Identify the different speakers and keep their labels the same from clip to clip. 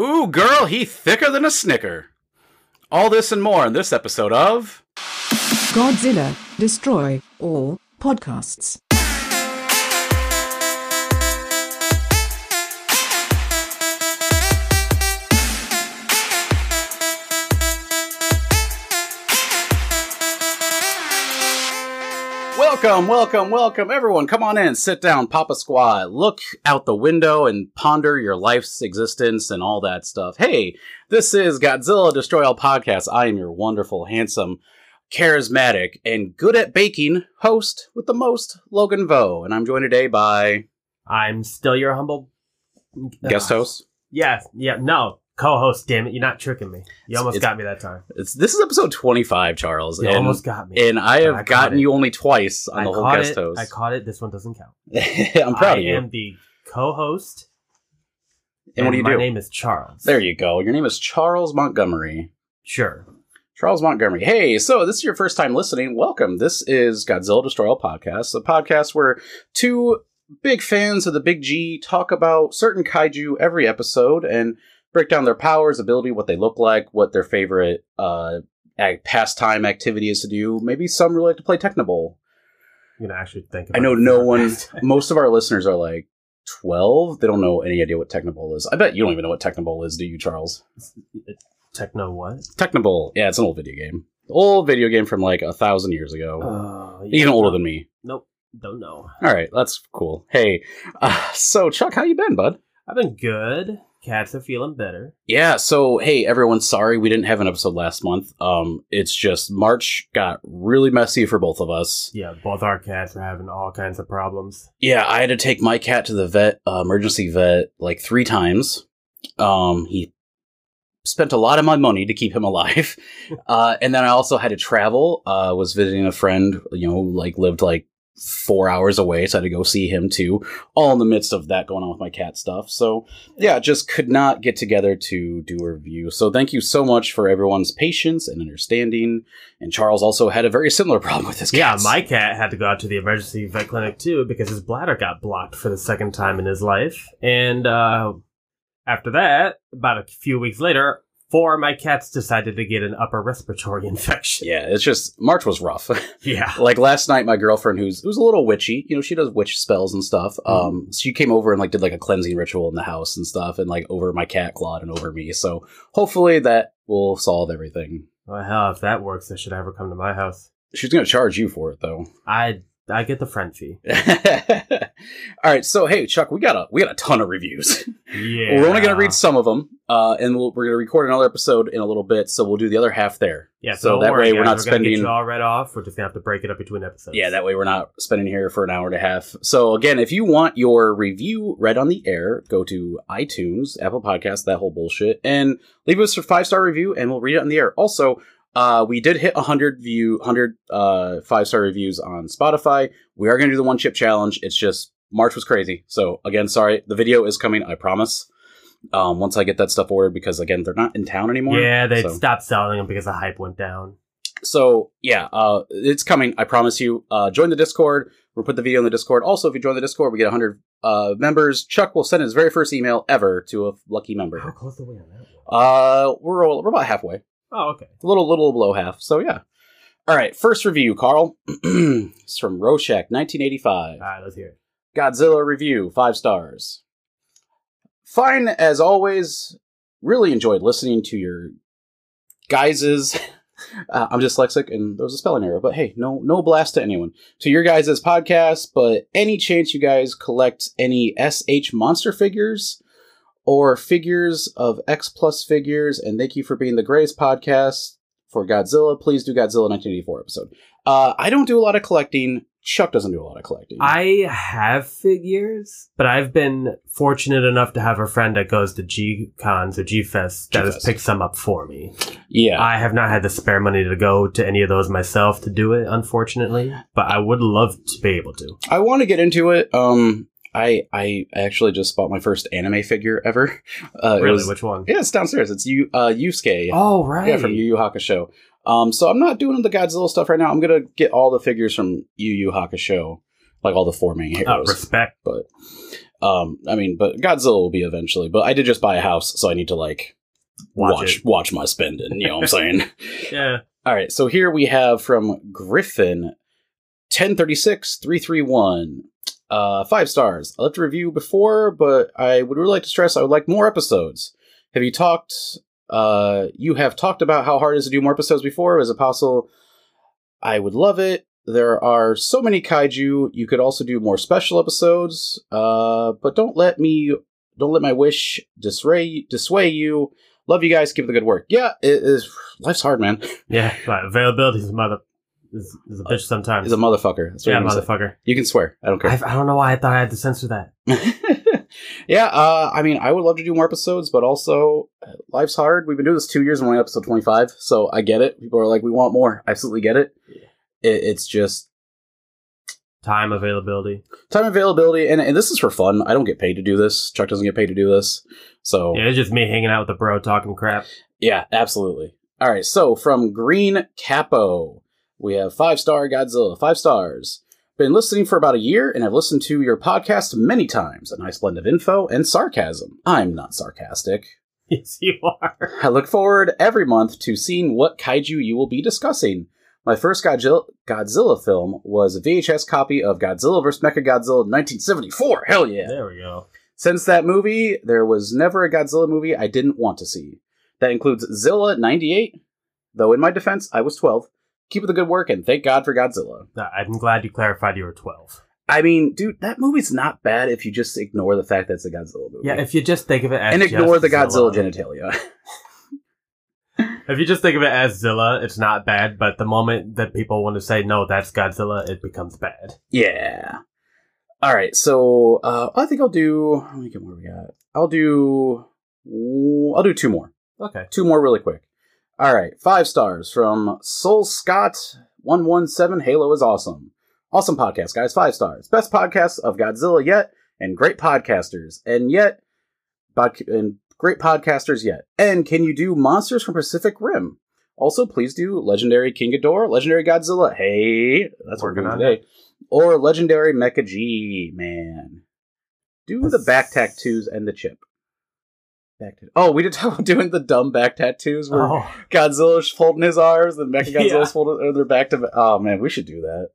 Speaker 1: Ooh, girl, he thicker than a snicker. All this and more in this episode of
Speaker 2: Godzilla, Destroy, All, Podcasts.
Speaker 1: Welcome, welcome, welcome, everyone. Come on in, sit down, Papa Squad. Look out the window and ponder your life's existence and all that stuff. Hey, this is Godzilla Destroy All Podcast. I am your wonderful, handsome, charismatic, and good at baking host with the most, Logan Vo. And I'm joined today by
Speaker 3: I'm still your humble
Speaker 1: guest
Speaker 3: Ugh.
Speaker 1: host.
Speaker 3: Yes, yeah, no, co-host. Damn it, you're not tricking me. You almost
Speaker 1: it's-
Speaker 3: got me that time.
Speaker 1: It's this is episode 25, Charles.
Speaker 3: You
Speaker 1: and,
Speaker 3: almost got me.
Speaker 1: and I have
Speaker 3: I caught
Speaker 1: gotten
Speaker 3: it.
Speaker 1: you only twice on
Speaker 3: I
Speaker 1: the whole
Speaker 3: caught
Speaker 1: guest
Speaker 3: it.
Speaker 1: host.
Speaker 3: I caught it. This one doesn't count.
Speaker 1: I'm proud of
Speaker 3: I
Speaker 1: you.
Speaker 3: am the co-host.
Speaker 1: and what do you
Speaker 3: my
Speaker 1: do?
Speaker 3: name is Charles.
Speaker 1: There you go. Your name is Charles Montgomery.
Speaker 3: Sure.
Speaker 1: Charles Montgomery. Hey, so this is your first time listening. Welcome. This is Godzilla Destroy All Podcast, a podcast where two big fans of the Big G talk about certain kaiju every episode and break down their powers, ability, what they look like, what their favorite uh, ac- pastime activity is to do. Maybe some really like to play Technobol.
Speaker 3: You know, actually think.
Speaker 1: I
Speaker 3: About
Speaker 1: know
Speaker 3: it
Speaker 1: no
Speaker 3: for a
Speaker 1: one.
Speaker 3: bit.
Speaker 1: Most of our listeners are like twelve. They don't know any idea what Technobol is. I bet you don't even know what Technobol is, do you, Charles?
Speaker 3: Techno what?
Speaker 1: Technobol. Yeah, it's an old video game. Old video game from like a thousand years ago.
Speaker 3: Oh, yeah.
Speaker 1: Even older than me.
Speaker 3: Nope. Don't know.
Speaker 1: All right, that's cool. Hey, uh, so Chuck, how you been, bud?
Speaker 3: I've been good. Cats are feeling better.
Speaker 1: Yeah, so hey everyone, sorry we didn't have an episode last month. Um, it's just March got really messy for both of us.
Speaker 3: Yeah, both our cats are having all kinds of problems.
Speaker 1: Yeah, I had to take my cat to the vet, uh, emergency vet, like three times. Um, he spent a lot of my money to keep him alive, uh, and then I also had to travel. Uh, was visiting a friend, you know, like lived like four hours away, so I had to go see him too. All in the midst of that going on with my cat stuff. So yeah, just could not get together to do a review. So thank you so much for everyone's patience and understanding. And Charles also had a very similar problem with his
Speaker 3: Yeah,
Speaker 1: cats.
Speaker 3: my cat had to go out to the emergency vet clinic too because his bladder got blocked for the second time in his life. And uh, after that, about a few weeks later, four of my cats decided to get an upper respiratory infection.
Speaker 1: Yeah, it's just March was rough.
Speaker 3: Yeah.
Speaker 1: like last night my girlfriend who's who's a little witchy you know she does witch spells and stuff
Speaker 3: Mm-hmm.
Speaker 1: um she came over and like did like a cleansing ritual in the house and stuff and like over my cat clawed and over me so hopefully that will solve everything
Speaker 3: Well, hell, if that works, they should ever come to my house.
Speaker 1: she's gonna charge you for it though
Speaker 3: I I get the friend fee.
Speaker 1: all right so hey chuck we got a we got a ton of reviews
Speaker 3: Yeah.
Speaker 1: we're only gonna read some of them uh and we'll, we're gonna record another episode in a little bit so we'll do the other half there
Speaker 3: Yeah,
Speaker 1: so
Speaker 3: don't
Speaker 1: that way
Speaker 3: worry, guys,
Speaker 1: we're not
Speaker 3: gonna get
Speaker 1: spending
Speaker 3: you all read off. We're just gonna have to break it up between episodes.
Speaker 1: Yeah, that way we're not spending here for an hour and a half. So again, if you want your review read on the air, go to iTunes, Apple Podcasts, that whole bullshit, and leave us a five star review, and we'll read it on the air. Also, uh, we did hit 100 view, 100 uh, five star reviews on Spotify. We are going to do the one chip challenge. It's just March was crazy. So again, sorry, the video is coming. I promise. Um, once I get that stuff ordered, because again, they're not in town anymore.
Speaker 3: Yeah, they
Speaker 1: so-
Speaker 3: stopped selling them because the hype went down.
Speaker 1: so yeah uh it's coming i promise you uh join the discord we'll put the video in the discord also if you join the discord we get 100 uh members chuck will send his very first email ever to a lucky
Speaker 3: How
Speaker 1: member
Speaker 3: close are we on that one?
Speaker 1: uh we're, all- we're about halfway
Speaker 3: Oh, okay.
Speaker 1: a little little below half so yeah all right first review carl it's from roshak 1985
Speaker 3: All right, let's hear it.
Speaker 1: Godzilla review, five stars. Fine as always. Really enjoyed listening to your guys's. Uh, I'm dyslexic, and there was a spelling error, but hey, no, no blast to anyone. To your guys' podcast, but any chance you guys collect any SH monster figures or figures of X plus figures, and thank you for being the greatest podcast for Godzilla. Please do Godzilla 1984 episode. Uh, I don't do a lot of collecting. Chuck doesn't do a lot of collecting.
Speaker 3: I have figures, but I've been fortunate enough to have a friend that goes to G Cons or G Fest that has
Speaker 1: G-Fest.
Speaker 3: picked some up for me.
Speaker 1: yeah.
Speaker 3: I have not had the spare money to go to any of those myself to do it, unfortunately, but I would love to be able to.
Speaker 1: I want to get into it. Um, I I actually just bought my first anime figure ever. Uh, it
Speaker 3: really,
Speaker 1: was-
Speaker 3: which one?
Speaker 1: yeah, it's downstairs. It's you, uh, Yusuke.
Speaker 3: Oh, right.
Speaker 1: Yeah, from Yu Yu Hakusho. Um, so I'm not doing the Godzilla stuff right now. I'm gonna get all the figures from Yu Yu Hakusho, like all the four main
Speaker 3: Uh,
Speaker 1: heroes.
Speaker 3: respect.
Speaker 1: but Um, I mean, but Godzilla will be eventually. But I did just buy a house, so I need to like
Speaker 3: Watch
Speaker 1: watch watch my spending. You know what I'm saying?
Speaker 3: Yeah.
Speaker 1: All right, so here we have from Griffin, 1036, 331. Uh, five stars. I left a review before, but I would really like to stress I would like more episodes. Have you talked? Uh, you have talked about how hard it is to do more episodes before. Is it possible? I would love it. There are so many kaiju. You could also do more special episodes. Uh, but don't let me, don't let my wish disray dissuade you. Love you guys. Keep up the good work. Yeah, it is. Life's hard, man.
Speaker 3: Yeah. But availability is a mother is, is a bitch sometimes.
Speaker 1: He's Uh, a motherfucker. That's what
Speaker 3: yeah,
Speaker 1: you're gonna say.
Speaker 3: motherfucker.
Speaker 1: You can swear. I don't
Speaker 3: I,
Speaker 1: care.
Speaker 3: I don't know why I thought I had to censor that.
Speaker 1: yeah, uh, I mean, I would love to do more episodes, but also uh, life's hard. We've been doing this two years and we're on episode 25, so I get it. People are like, we want more. I absolutely get it. it it's just
Speaker 3: Time availability.
Speaker 1: time availability, and, and this is for fun. I don't get paid to do this. Chuck doesn't get paid to do this. So,
Speaker 3: Yeah, it's just me hanging out with the bro talking crap.
Speaker 1: yeah, absolutely. All right, so from Green Capo, we have five star Godzilla, five stars. Been listening for about a year and have listened to your podcast many times. A nice blend of info and sarcasm. I'm not sarcastic.
Speaker 3: Yes, you are.
Speaker 1: I look forward every month to seeing what kaiju you will be discussing. My first Godzi- Godzilla film was a VHS copy of Godzilla vs. Mechagodzilla 1974. Hell yeah.
Speaker 3: There we go.
Speaker 1: Since that movie, there was never a Godzilla movie I didn't want to see. That includes Zilla 98, though in my defense, I was 12. Keep up the good work and thank God for Godzilla.
Speaker 3: Uh, I'm glad you clarified you were 12.
Speaker 1: I mean, dude, that movie's not bad if you just ignore the fact that it's a Godzilla movie.
Speaker 3: Yeah, if you just think of it as
Speaker 1: and ignore
Speaker 3: just
Speaker 1: the Godzilla
Speaker 3: Zilla.
Speaker 1: genitalia.
Speaker 3: If you just think of it as Zilla, it's not bad. But the moment that people want to say no, that's Godzilla, it becomes bad.
Speaker 1: Yeah. All right. So uh, I think I'll do. Let me get more. We got. I'll do. I'll do two more.
Speaker 3: Okay.
Speaker 1: Two more really quick. All right. Five stars from Soul Scott one one seven. Halo is awesome. Awesome podcast, guys. Five stars. Best podcast of Godzilla yet, and great podcasters, and yet, bod- and great podcasters yet. And can you do monsters from Pacific Rim? Also, please do Legendary King Ghidorah, Legendary Godzilla. Hey, that's working
Speaker 3: Working
Speaker 1: on
Speaker 3: on
Speaker 1: today. Or Legendary Mecha G, man. Do the back tattoos and the chip. Back tat- oh, we did talk about doing the dumb back tattoos where
Speaker 3: Oh,
Speaker 1: Godzilla's folding his arms and Mecha Godzilla's
Speaker 3: Yeah.
Speaker 1: folding or they're back to. Oh man, we should do that.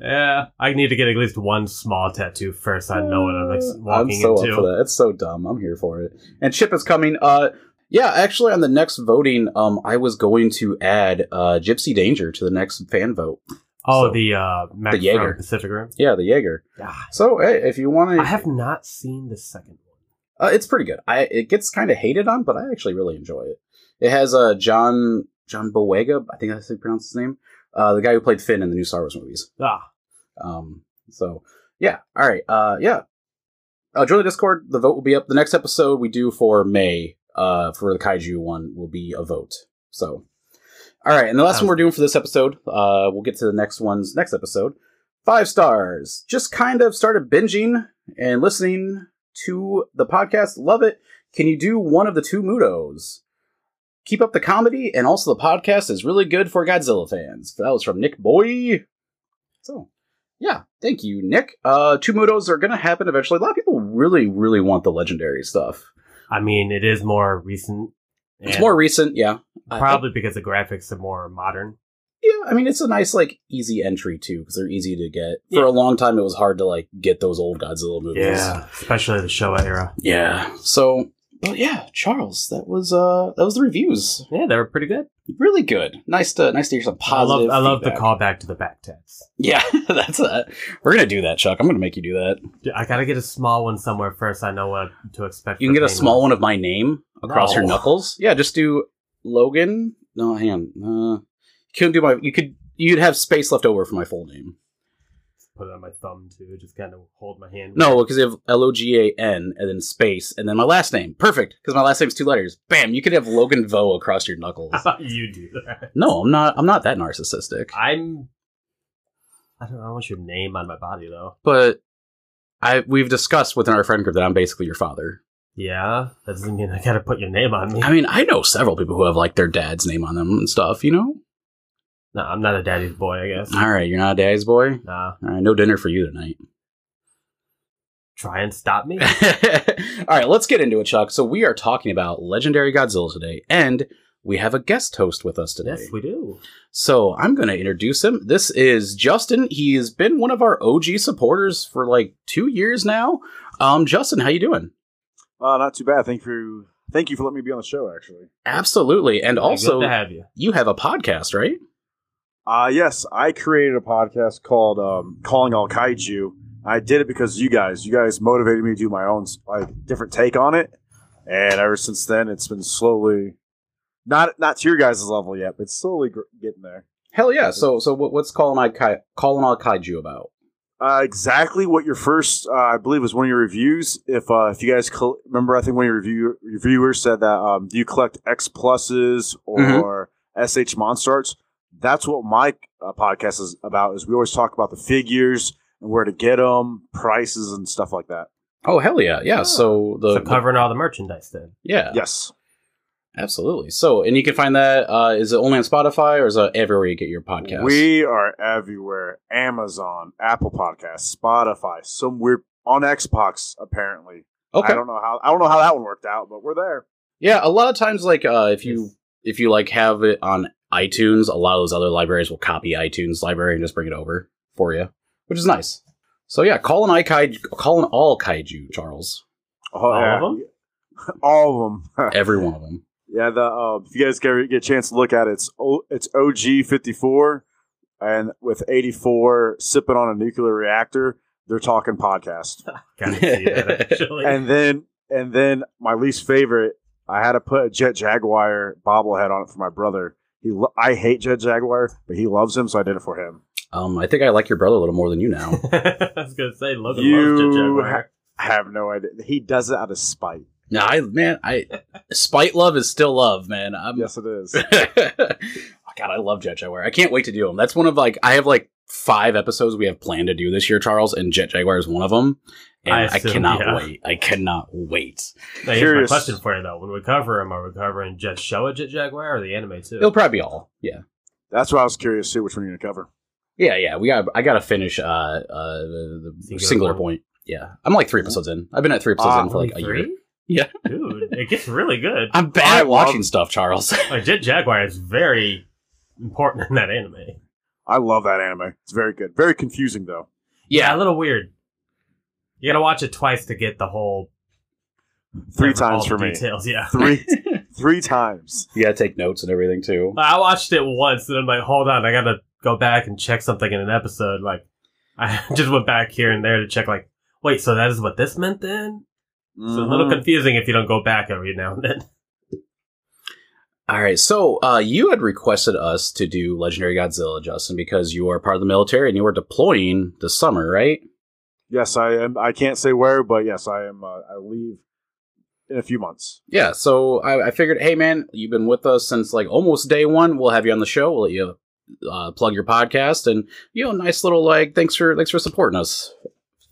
Speaker 3: yeah. I need to get at least one small tattoo first. I know what I'm like, walking
Speaker 1: I'm so
Speaker 3: into.
Speaker 1: up for that. It's so dumb. I'm here for it. And Chip is coming. Uh, yeah, actually, on the next voting, um, I was going to add uh, Gypsy Danger to the next fan vote.
Speaker 3: Oh,
Speaker 1: So-
Speaker 3: the uh, Max
Speaker 1: The Jaeger.
Speaker 3: from Pacific Rim.
Speaker 1: Yeah, the Jaeger.
Speaker 3: Ah,
Speaker 1: So hey, if you want to,
Speaker 3: I have not seen the second one.
Speaker 1: uh, it's pretty good. I it gets kind of hated on, but I actually really enjoy it. It has uh, John John Boyega, I think that's how you pronounce his name. Uh, the guy who played Finn in the new Star Wars movies.
Speaker 3: Ah,
Speaker 1: Um, so yeah, all right, uh, yeah. Uh, join the Discord. The vote will be up. The next episode we do for May, uh, for the kaiju one will be a vote. So, all right, and the last one we're doing for this episode, uh, we'll get to the next one's next episode. Five stars. Just kind of started binging and listening to the podcast. Love it. Can you do one of the two Mudos? Keep up the comedy, and also the podcast is really good for Godzilla fans. That was from Nick Boy. So, yeah, thank you, Nick. Uh, two Mudos are going to happen eventually. A lot of people really, really want the legendary stuff.
Speaker 3: I mean, it is more recent.
Speaker 1: It's
Speaker 3: and
Speaker 1: more recent, yeah. I-
Speaker 3: probably because the graphics are more modern.
Speaker 1: yeah, I mean, it's a nice, like, easy entry, too, because they're easy to get. For
Speaker 3: Yeah.
Speaker 1: a long time, it was hard to, like, get those old Godzilla movies.
Speaker 3: Yeah, especially the Showa era.
Speaker 1: Yeah. So, but yeah, Charles, that was, uh, that was the reviews.
Speaker 3: Yeah, they were pretty good.
Speaker 1: Really good. Nice to, nice to hear some positive.
Speaker 3: I love, I love the
Speaker 1: feedback.
Speaker 3: callback to the back tats.
Speaker 1: Yeah, that's uh We're going to do that, Chuck. I'm going to make you do that.
Speaker 3: Dude, I gotta get a small one somewhere first. I know what to expect.
Speaker 1: You can get a small one of my name across your
Speaker 3: No.
Speaker 1: knuckles. Yeah, just do Logan. No, hang on. Uh, you couldn't do my. You could. You'd have space left over for my full name.
Speaker 3: Put it on my thumb too. Just kind of hold my hand.
Speaker 1: No, because you have L O G A N and then space and then my last name. Perfect, because my last name's two letters. Bam! You could have Logan Vo across your knuckles.
Speaker 3: How about you do that?
Speaker 1: no, I'm not. I'm not that narcissistic.
Speaker 3: I'm. I don't. know, I want your name on my body though.
Speaker 1: But I we've discussed within our friend group that I'm basically your father.
Speaker 3: Yeah, that doesn't mean I gotta put your name on me.
Speaker 1: I mean, I know several people who have like their dad's name on them and stuff. You know.
Speaker 3: no, I'm not a daddy's boy. I guess.
Speaker 1: All right, you're not a daddy's boy.
Speaker 3: Nah.
Speaker 1: All right, no dinner for you tonight.
Speaker 3: try and stop me?
Speaker 1: All right, let's get into it, Chuck. So we are talking about legendary Godzilla today, and we have a guest host with us today.
Speaker 3: yes, we do.
Speaker 1: so I'm going to introduce him. This is Justin. He has been one of our OG supporters for like two years now. Um, Justin, how you doing?
Speaker 4: Uh, not too bad. Thank you. Thank you for letting me be on the show. Actually,
Speaker 1: Absolutely, and
Speaker 3: good to
Speaker 1: also
Speaker 3: have you.
Speaker 1: you have a podcast, right?
Speaker 4: uh, yes, I created a podcast called um, "Calling All Kaiju." I did it because you guys, you guys motivated me to do my own like different take on it, and ever since then, it's been slowly, not not to your guys' level yet, but slowly gr- getting there.
Speaker 1: Hell yeah! So so what, what's calling I Kai- calling all kaiju about?
Speaker 4: Uh, exactly what your first, uh, I believe, was one of your reviews. If uh, if you guys col remember, I think one of your review- reviewers said that um, do you collect X pluses
Speaker 1: Mm-hmm.
Speaker 4: or SH monster arts? That's what my uh, podcast is about. Is we always talk about the figures and where to get them, prices, and stuff like that.
Speaker 1: Oh hell yeah, yeah.
Speaker 3: Oh.
Speaker 1: So the
Speaker 3: so covering all the merchandise then.
Speaker 1: yeah,
Speaker 4: Yes,
Speaker 1: absolutely. So and you can find that uh, is it only on Spotify or is it everywhere you get your podcast?
Speaker 4: we are everywhere: Amazon, Apple Podcasts, Spotify, some weird on Xbox. Apparently,
Speaker 1: okay.
Speaker 4: I don't know how I don't know how that one worked out, but we're there.
Speaker 1: Yeah, a lot of times, like uh, if you if you like have it on iTunes, a lot of those other libraries will copy iTunes library and just bring it over for you, which is nice. So yeah, calling I kaiju, calling all kaiju, Charles,
Speaker 4: Oh,
Speaker 3: All of
Speaker 4: them. All of them.
Speaker 1: every one of them.
Speaker 4: Yeah, the um, if you guys get, get a chance to look at it, it's o, it's OG fifty four, and with eighty four sipping on a nuclear reactor, they're talking podcast.
Speaker 3: Kind of see that actually.
Speaker 4: and then and then my least favorite, I had to put a Jet Jaguar bobblehead on it for my brother. He lo- I hate Jet Jaguar, but he loves him, so I did it for him.
Speaker 1: Um, I think I like your brother a little more than you now.
Speaker 3: I was gonna say Logan loves
Speaker 4: You
Speaker 3: Jet Jaguar.
Speaker 4: I have no idea. He does it out of spite.
Speaker 1: nah, I man, I spite love is still love, man.
Speaker 3: Um,
Speaker 1: I'm,
Speaker 4: Yes, it is.
Speaker 1: oh, God, I love Jet Jaguar. I can't wait to do them. That's one of like I have like five episodes we have planned to do this year, Charles, and Jet Jaguar is one of them. And
Speaker 3: I
Speaker 1: I,
Speaker 3: assume,
Speaker 1: cannot
Speaker 3: yeah.
Speaker 1: wait. I cannot wait.
Speaker 3: Now, here's my
Speaker 4: Curious.
Speaker 3: question for you though: When we cover him, are we covering just Showa Jet Jaguar or the anime too?
Speaker 1: It'll probably be all. Yeah,
Speaker 4: That's why I was curious too. Which one you're gonna cover?
Speaker 1: yeah, yeah. We got. I got to finish uh, uh the, the singular,
Speaker 3: Singular
Speaker 1: point.
Speaker 3: Point.
Speaker 1: Yeah, I'm like three episodes in. I've been at three episodes
Speaker 4: Ah,
Speaker 1: in for like a
Speaker 3: Three?
Speaker 1: year. Yeah.
Speaker 3: dude, it gets really good.
Speaker 1: I'm bad
Speaker 4: I
Speaker 1: at watching
Speaker 4: love-
Speaker 1: stuff, Charles.
Speaker 3: Like Jet Jaguar is very important in that anime.
Speaker 4: I love that anime. It's very good. Very confusing though.
Speaker 1: yeah,
Speaker 3: a little weird. You gotta watch it twice to get the whole
Speaker 4: Three
Speaker 3: all
Speaker 4: times
Speaker 3: the
Speaker 4: for me.
Speaker 3: Details, yeah.
Speaker 4: Three, three times.
Speaker 1: you got to take notes and everything too.
Speaker 3: I watched it once and I'm like, hold on, I gotta go back and check something in an episode. Like, I just went back here and there to check. Like, wait, so that is what this meant then? It's a little
Speaker 4: Mhm.
Speaker 3: confusing if you don't go back every now and then.
Speaker 1: All right, so uh, you had requested us to do Legendary Godzilla, Justin, because you are part of the military and you were deploying this summer, right?
Speaker 4: yes, I am. I can't say where, but yes, I am. Uh, I leave in a few months.
Speaker 1: Yeah, so I, I figured, hey man, you've been with us since like almost day one. We'll have you on the show. We'll let you uh, plug your podcast, and you know, nice little like, thanks for thanks for supporting us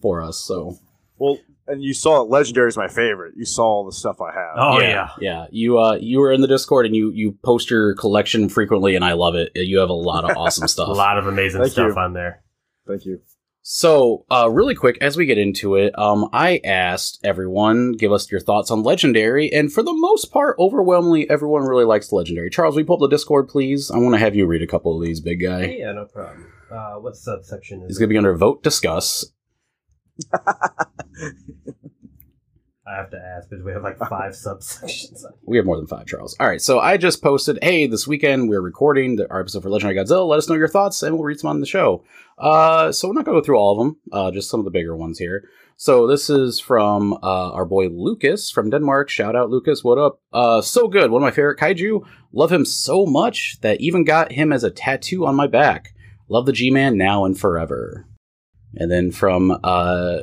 Speaker 1: for us. So
Speaker 4: Well, and you saw it. Legendary is my favorite. You saw all the stuff I have.
Speaker 3: Oh yeah,
Speaker 1: yeah, You uh, you were in the Discord, and you you post your collection frequently, and I love it. You have a lot of awesome
Speaker 3: a
Speaker 1: stuff.
Speaker 3: lot of amazing
Speaker 4: Thank
Speaker 3: stuff
Speaker 4: you.
Speaker 3: on there.
Speaker 4: Thank you.
Speaker 1: So, uh, really quick, as we get into it, um, I asked everyone give us your thoughts on Legendary, and for the most part, overwhelmingly, everyone really likes Legendary. Charles, we pull up the Discord, please? I want to have you read a couple of these, big guy.
Speaker 3: Yeah, no problem. Uh, what subsection
Speaker 1: It's going to be under vote discuss.
Speaker 3: I have to ask because we have like five subsections.
Speaker 1: We have more than five, Charles. All right, so I just posted, hey, this weekend we're recording the, our episode for Legendary Godzilla. Let us know your thoughts, and we'll read some on the show. Uh, so we're not going to go through all of them, uh, just some of the bigger ones here. So this is from uh, our boy Lucas from Denmark. Shout out, Lucas. What up? Uh, so good. One of my favorite kaiju. Love him so much that even got him as a tattoo on my back. Love the G Man now and forever. And then from uh,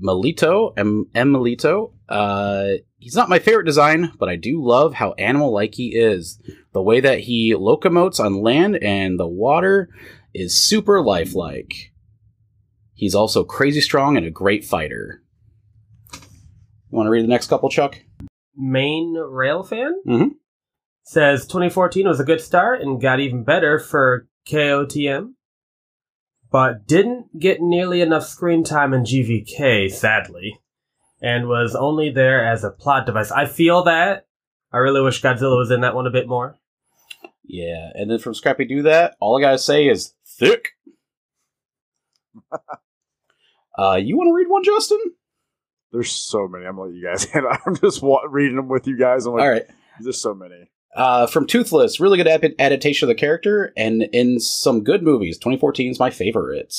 Speaker 1: Melito, M. M. Melito, uh, he's not my favorite design, but I do love how animal like he is. The way that he locomotes on land and the water is super lifelike. He's also crazy strong and a great fighter. You want to read the next couple, Chuck?
Speaker 3: Main rail fan
Speaker 1: Mhm.
Speaker 3: says 2014 was a good start and got even better for KOTM, but didn't get nearly enough screen time in GVK. Sadly, and was only there as a plot device. I feel that. I really wish Godzilla was in that one a bit more.
Speaker 1: Yeah, and then from Scrappy Do That, all I gotta say is thick. uh, you want to read one, Justin?
Speaker 4: There's so many. I'm gonna let you guys. handle it. I'm just wa- reading them with you guys. I'm like,
Speaker 1: All right.
Speaker 4: there's so many.
Speaker 1: Uh, from Toothless, really good ap- adaptation of the character, and in some good movies. 2014 is my favorite.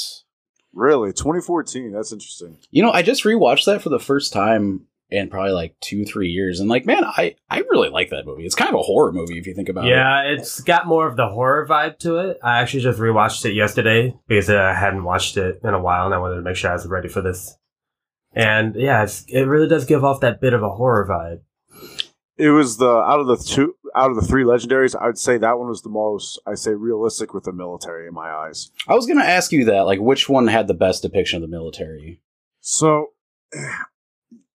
Speaker 4: Really, 2014. That's interesting.
Speaker 1: You know, I just rewatched that for the first time in probably like two, three years, and like, man, I I really like that movie. It's kind of a horror movie if you think about it.
Speaker 3: yeah, it's got more of the horror vibe to it. I actually just rewatched it yesterday because I hadn't watched it in a while and I wanted to make sure I was ready for this. And yeah, it's, it really does give off that bit of a horror vibe.
Speaker 4: It was the out of the two out of the three legendaries. I would say that one was the most. I say realistic with the military in my eyes.
Speaker 1: I was gonna ask you that, like, which one had the best depiction of the military?
Speaker 4: So,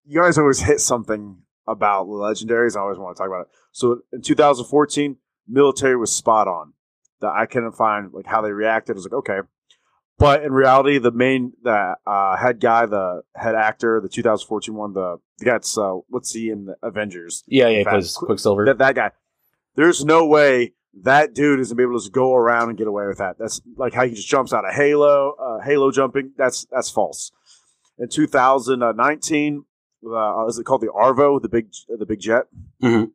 Speaker 4: you guys always hit something about legendaries. I always want to talk about it. So, in 2014, military was spot on. That I couldn't find like how they reacted. I was like, okay, but in reality, the main the uh, head guy, the head actor, the 2014 one, the, the guy that's uh, what's he in the Avengers?
Speaker 1: Yeah, yeah,
Speaker 4: Fact.
Speaker 1: because Quicksilver.
Speaker 4: That that guy. There's no way that dude is gonna be able to just go around and get away with that. That's like how he just jumps out of Halo, uh, Halo jumping. That's that's false. In 2019, uh, is it called the Arvo, the big the big jet?
Speaker 1: Mhm.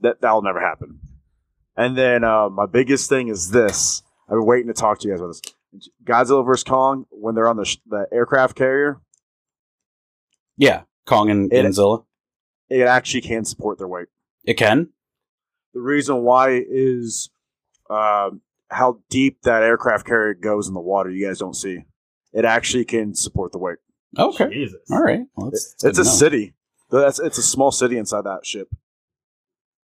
Speaker 4: That that'll never happen. And then uh, my biggest thing is this. I've been waiting to talk to you guys about this. Godzilla vs Kong when they're on the sh- the aircraft carrier,
Speaker 1: yeah, Kong and,
Speaker 4: It-
Speaker 1: and Zilla.
Speaker 4: it actually can support their weight.
Speaker 1: It can.
Speaker 4: The reason why is um, how deep that aircraft carrier goes in the water. You guys don't see. It actually can support the weight.
Speaker 1: Okay.
Speaker 3: Jesus.
Speaker 1: All right. Well, that's, that's
Speaker 4: it's
Speaker 1: good
Speaker 4: a
Speaker 1: to know.
Speaker 4: city. That's it's a small city inside that ship.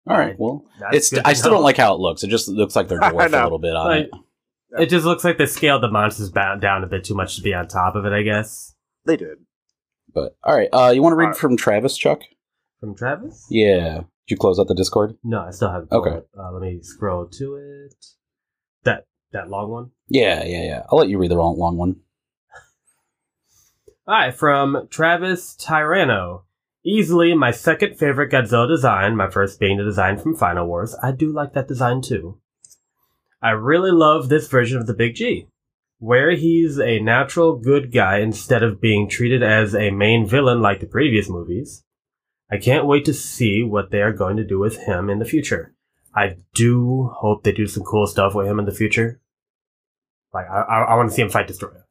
Speaker 1: All right. Well,
Speaker 3: That's
Speaker 1: it's.
Speaker 3: good
Speaker 1: I
Speaker 3: to
Speaker 1: still
Speaker 3: know.
Speaker 1: don't like how it looks. It just looks like they're
Speaker 4: I
Speaker 1: dwarfed a
Speaker 4: know.
Speaker 1: little bit on
Speaker 3: Like,
Speaker 1: it.
Speaker 3: It just looks like they scaled the monsters ba- down a bit too much to be on top of it, I guess.
Speaker 4: They did.
Speaker 1: But all right. Uh, you want to read
Speaker 4: All right.
Speaker 1: from Travis Chuck?
Speaker 3: From Travis?
Speaker 1: Yeah. Did you close out the Discord?
Speaker 3: No, I still haven't.
Speaker 1: Okay.
Speaker 3: pulled it. Uh, let me scroll to it. That that long one.
Speaker 1: Yeah, yeah, yeah. I'll let you read the wrong long one.
Speaker 3: All right, from Travis Tyranno. Easily my second favorite Godzilla design, my first being the design from Final Wars. I do like that design too. I really love this version of the Big G, where he's a natural good guy instead of being treated as a main villain like the previous movies. I can't wait to see what they are going to do with him in the future. I do hope they do some cool stuff with him in the future. Like, I, I, I want to see him fight Destroyer.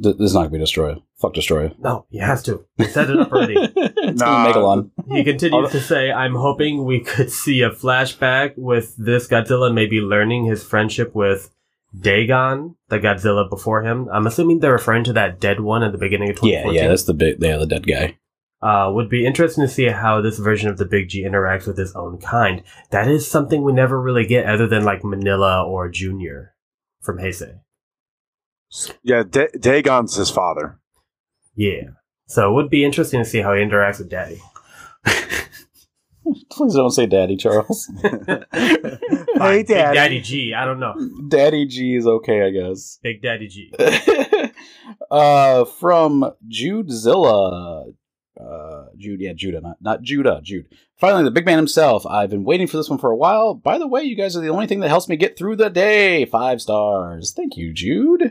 Speaker 1: Th- this is not gonna be Destroyer. Fuck Destroyer.
Speaker 3: No, he has to. He set it up already.
Speaker 1: it's
Speaker 4: Nah.
Speaker 1: gonna
Speaker 3: He
Speaker 4: Although-
Speaker 3: continues to say, I'm hoping we could see a flashback with this Godzilla maybe learning his friendship with Dagon, the Godzilla before him. I'm assuming they're referring to that dead one at the beginning of
Speaker 1: Megalon. Yeah,
Speaker 3: 2014.
Speaker 1: yeah. That's the big. Yeah, the dead guy.
Speaker 3: uh, would be interesting to see how this version of the Big G interacts with his own kind. That is something we never really get other than like Manila or Junior from Heisei.
Speaker 4: Yeah, Da Dagon's his father.
Speaker 3: Yeah. So it would be interesting to see how he interacts with Daddy.
Speaker 1: Please don't say Daddy Charles.
Speaker 4: Hey,
Speaker 3: Big
Speaker 4: Daddy.
Speaker 3: Daddy G. I don't know.
Speaker 1: Daddy G is okay, I guess.
Speaker 3: Big Daddy G.
Speaker 1: uh, from Judezilla. Uh, Jude, yeah, Judah, not, not Judah, Jude. Finally, the big man himself. I've been waiting for this one for a while. By the way, you guys are the only thing that helps me get through the day. Five stars. Thank you, Jude.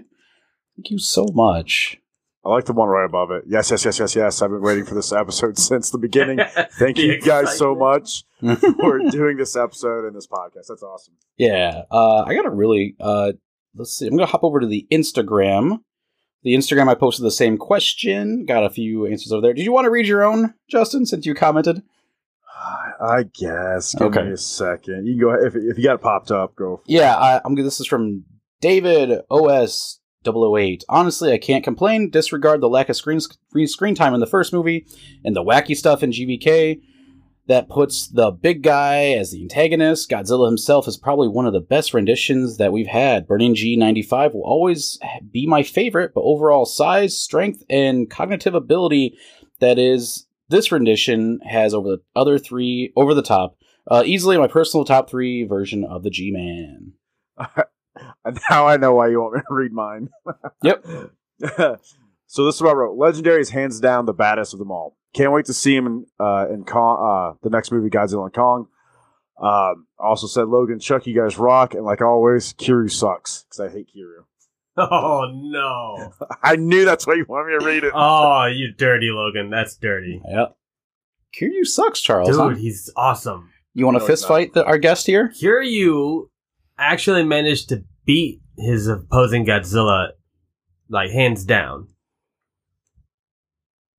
Speaker 1: Thank you so much.
Speaker 4: I like the one right above it. Yes, yes, yes, yes, yes. I've been waiting for this episode since the beginning. Thank
Speaker 3: The
Speaker 4: you guys so
Speaker 3: excitement.
Speaker 4: much for doing this episode and this podcast. That's awesome.
Speaker 1: Yeah, uh, I got to really. Uh, let's see. I'm gonna hop over to the Instagram. The Instagram I posted the same question. Got a few answers over there. Did you want to read your own, Justin? Since you commented.
Speaker 4: I guess. Give
Speaker 1: Okay.
Speaker 4: me a second. You can go ahead. If, if you got it popped up, go.
Speaker 1: Yeah, I, I'm. This is from David OS. 008. Honestly, I can't complain. Disregard the lack of screen screen, screen time in the first movie and the wacky stuff in GVK that puts the big guy as the antagonist. Godzilla himself is probably one of the best renditions that we've had. Burning G95 will always be my favorite, but overall size, strength, and cognitive ability that is this rendition has over the other three over the top. Uh, easily my personal top three version of the G Man.
Speaker 4: And now I know why you want me to read mine.
Speaker 1: Yep.
Speaker 4: So this is what I wrote. Legendary is hands down the baddest of them all. Can't wait to see him in uh, in Kong, uh, the next movie, Godzilla and Kong. Um, also said Logan, Chuck, you guys rock, and like always, Kiru sucks because I hate Kiru.
Speaker 3: Oh no!
Speaker 4: I knew that's why you wanted me to read it.
Speaker 3: Oh, you dirty Logan. That's dirty,
Speaker 1: Yep. Kiryu sucks, Charles.
Speaker 3: dude.
Speaker 1: huh?
Speaker 3: He's awesome.
Speaker 1: You want to
Speaker 4: No, it's
Speaker 1: fist
Speaker 4: not.
Speaker 1: fight the, our guest here?
Speaker 3: Kiryu actually managed to beat his opposing Godzilla, like hands down.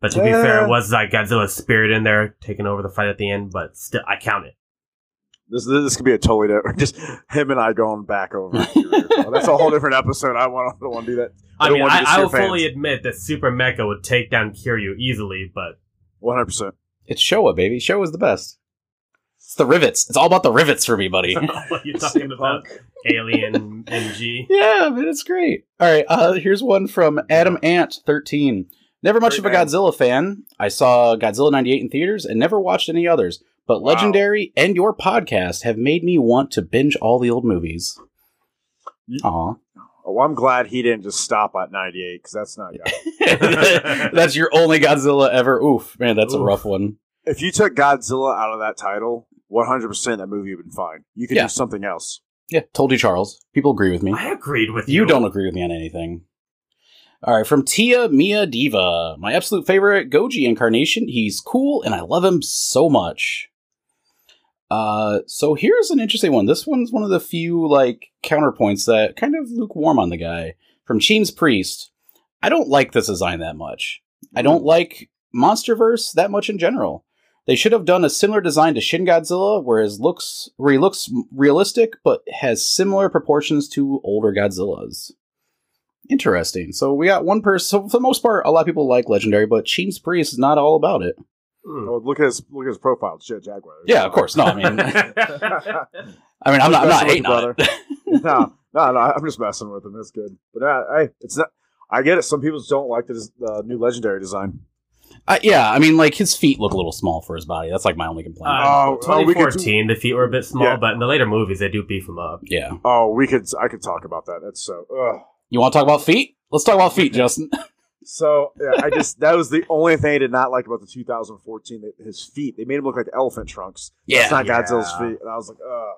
Speaker 3: But to be
Speaker 4: Yeah.
Speaker 3: fair, it was like Godzilla's spirit in there taking over the fight at the end. But still, I count it.
Speaker 4: This this could be a totally different. Just him and I going back over. Kiru. Well, that's a whole different episode. I want I don't want to do that.
Speaker 3: I
Speaker 4: don't
Speaker 3: mean,
Speaker 4: want to
Speaker 3: I,
Speaker 4: diss
Speaker 3: I
Speaker 4: your
Speaker 3: will fully
Speaker 4: fans.
Speaker 3: admit that Super Mecha would take down Kiryu easily, but
Speaker 4: One hundred percent.
Speaker 1: It's Showa, baby. Showa's the best. It's the rivets. It's all about the rivets for me, buddy.
Speaker 3: what you're talking about, Alien MG.
Speaker 1: yeah, man, it's great. All right, uh, here's one from Adam Ant thirteen. Never much of a
Speaker 4: Great name.
Speaker 1: Godzilla fan. I saw Godzilla '98 in theaters and never watched any others. But
Speaker 4: Wow.
Speaker 1: Legendary and your podcast have made me want to binge all the old movies.
Speaker 4: You-
Speaker 1: Aw.
Speaker 4: Oh, I'm glad he didn't just stop at ninety eight because that's not.
Speaker 1: that's your only Godzilla ever. Oof, man, that's a
Speaker 3: Oof.
Speaker 1: rough one.
Speaker 4: if you took Godzilla out of that title, one hundred percent that movie would have been fine. You could
Speaker 1: Yeah.
Speaker 4: do something else.
Speaker 1: Yeah, told you, Charles. People agree with me.
Speaker 3: I agreed with you.
Speaker 1: You don't agree with me on anything. All right, from Tia Mia Diva, my absolute favorite Goji incarnation. He's cool, and I love him so much. Uh, so here's an interesting one. This one's one of the few like counterpoints that kind of lukewarm on the guy. From Cheem's Priest, I don't like this design that much. I don't like MonsterVerse that much in general. They should have done a similar design to Shin Godzilla, where his looks where he looks realistic but has similar proportions to older Godzillas. Interesting. So we got one person. So for the most part, a lot of people like Legendary, but Cheem's Priest is not all about it.
Speaker 3: Hmm.
Speaker 4: Oh, look at his look at his profile. Shit, Jaguar.
Speaker 1: Yeah, of course. No, I mean, I mean, I'm not, I'm
Speaker 4: Messing
Speaker 1: not
Speaker 4: with
Speaker 1: hating
Speaker 4: your
Speaker 1: on it.
Speaker 4: no, no, no. I'm just messing with him. It's good, but uh, I, it's not. I get it. Some people just don't like the des- the new legendary design.
Speaker 1: I, yeah, I mean, like his feet look a little small for his body. That's like my only complaint.
Speaker 3: Uh,
Speaker 4: Oh, oh, we could do-
Speaker 3: 2014, the feet were a bit small,
Speaker 4: Yeah.
Speaker 3: but in the later movies, they do beef them up.
Speaker 1: yeah,
Speaker 4: Oh, we could. I could talk about that. That's so. Ugh.
Speaker 1: you want to talk about feet? Let's talk about feet, Justin.
Speaker 4: So yeah, I just that was the only thing I did not like about the 2014. that His feet. They made him look like elephant trunks.
Speaker 1: yeah,
Speaker 4: it's not
Speaker 3: Yeah.
Speaker 4: Godzilla's feet. And I was like, ugh.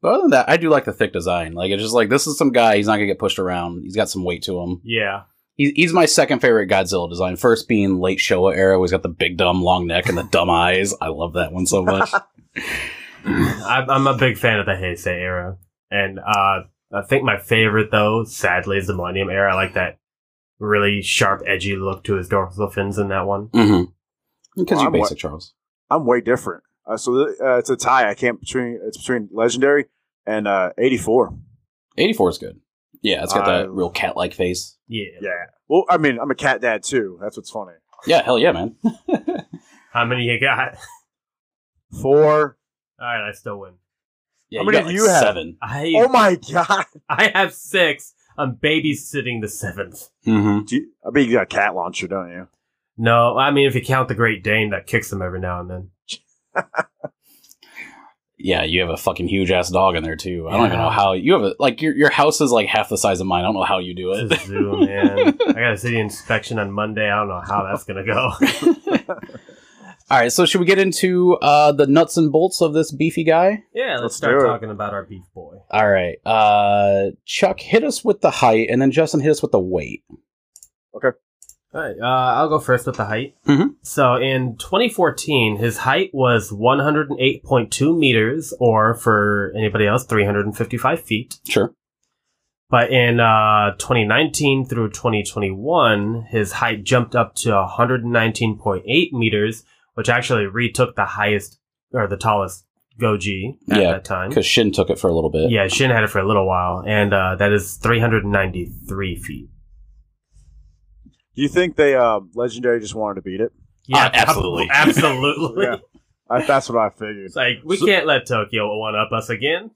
Speaker 1: But other than that, I do like the thick design. Like it's just like this is some guy. He's not gonna get pushed around. He's got some weight to him.
Speaker 3: Yeah.
Speaker 1: He's, he's my second favorite Godzilla design. First being late Showa era. Where he's got the big dumb long neck and the dumb eyes. I love that one so much.
Speaker 3: I'm, I'm a big fan of the Heisei era. And uh, I think my favorite, though, sadly, is the Millennium era. I like that really sharp, edgy look to his dorsal fins in that one.
Speaker 1: hmm Because
Speaker 4: Well,
Speaker 1: you're
Speaker 4: I'm
Speaker 1: basic, Charles.
Speaker 4: I'm way different. Uh, so th- uh, it's a tie. I can't between it's between legendary and uh, 84.
Speaker 1: 84 is good. Yeah, it's got
Speaker 4: I-
Speaker 1: that real cat like face.
Speaker 3: Yeah.
Speaker 4: Yeah. Well, I mean, I'm a cat dad too. That's what's funny.
Speaker 1: Yeah, hell yeah, man.
Speaker 3: How many you got?
Speaker 4: Four.
Speaker 3: All right, I still win.
Speaker 1: Yeah,
Speaker 4: How many
Speaker 1: got,
Speaker 4: do you have?
Speaker 1: Seven.
Speaker 3: I,
Speaker 4: Oh my god.
Speaker 3: I have six. I'm babysitting the seventh.
Speaker 1: Mm-hmm.
Speaker 4: Do you, I mean, you got a cat launcher, don't you?
Speaker 3: No, I mean, if you count the Great Dane that kicks him every now and then.
Speaker 1: Yeah, you have a fucking huge ass dog in there too. I don't even
Speaker 3: Yeah.
Speaker 1: know how you have a like your your house is like half the size of mine. I don't know how you do
Speaker 3: It's a
Speaker 1: it.
Speaker 3: zoo, man. I got a city inspection on Monday. I don't know how that's going to go.
Speaker 1: All right, so should we get into uh, the nuts and bolts of this beefy guy?
Speaker 3: Yeah, let's,
Speaker 4: Let's
Speaker 3: start
Speaker 4: do it.
Speaker 3: talking about our beef boy.
Speaker 1: All right, uh, Chuck hit us with the height, and then Justin hit us with the weight.
Speaker 3: All right, uh, I'll go first with the height.
Speaker 1: Mhm.
Speaker 3: So in 2014, his height was 108.2 meters, or for anybody else, 355 feet.
Speaker 1: Sure.
Speaker 3: But in uh, 2019 through 2021, his height jumped up to 119.8 meters, which actually retook the highest or the tallest Goji at
Speaker 1: Yeah,
Speaker 3: that time.
Speaker 1: Because Shin took it for a little bit.
Speaker 3: Yeah, Shin had it for a little while, and uh, that is 393 feet.
Speaker 4: Do you think they um, legendary just wanted to beat it?
Speaker 1: Uh, absolutely.
Speaker 3: prob- absolutely.
Speaker 4: Yeah. I, that's what I figured.
Speaker 3: It's like we
Speaker 4: So-
Speaker 3: can't let Tokyo one up us again.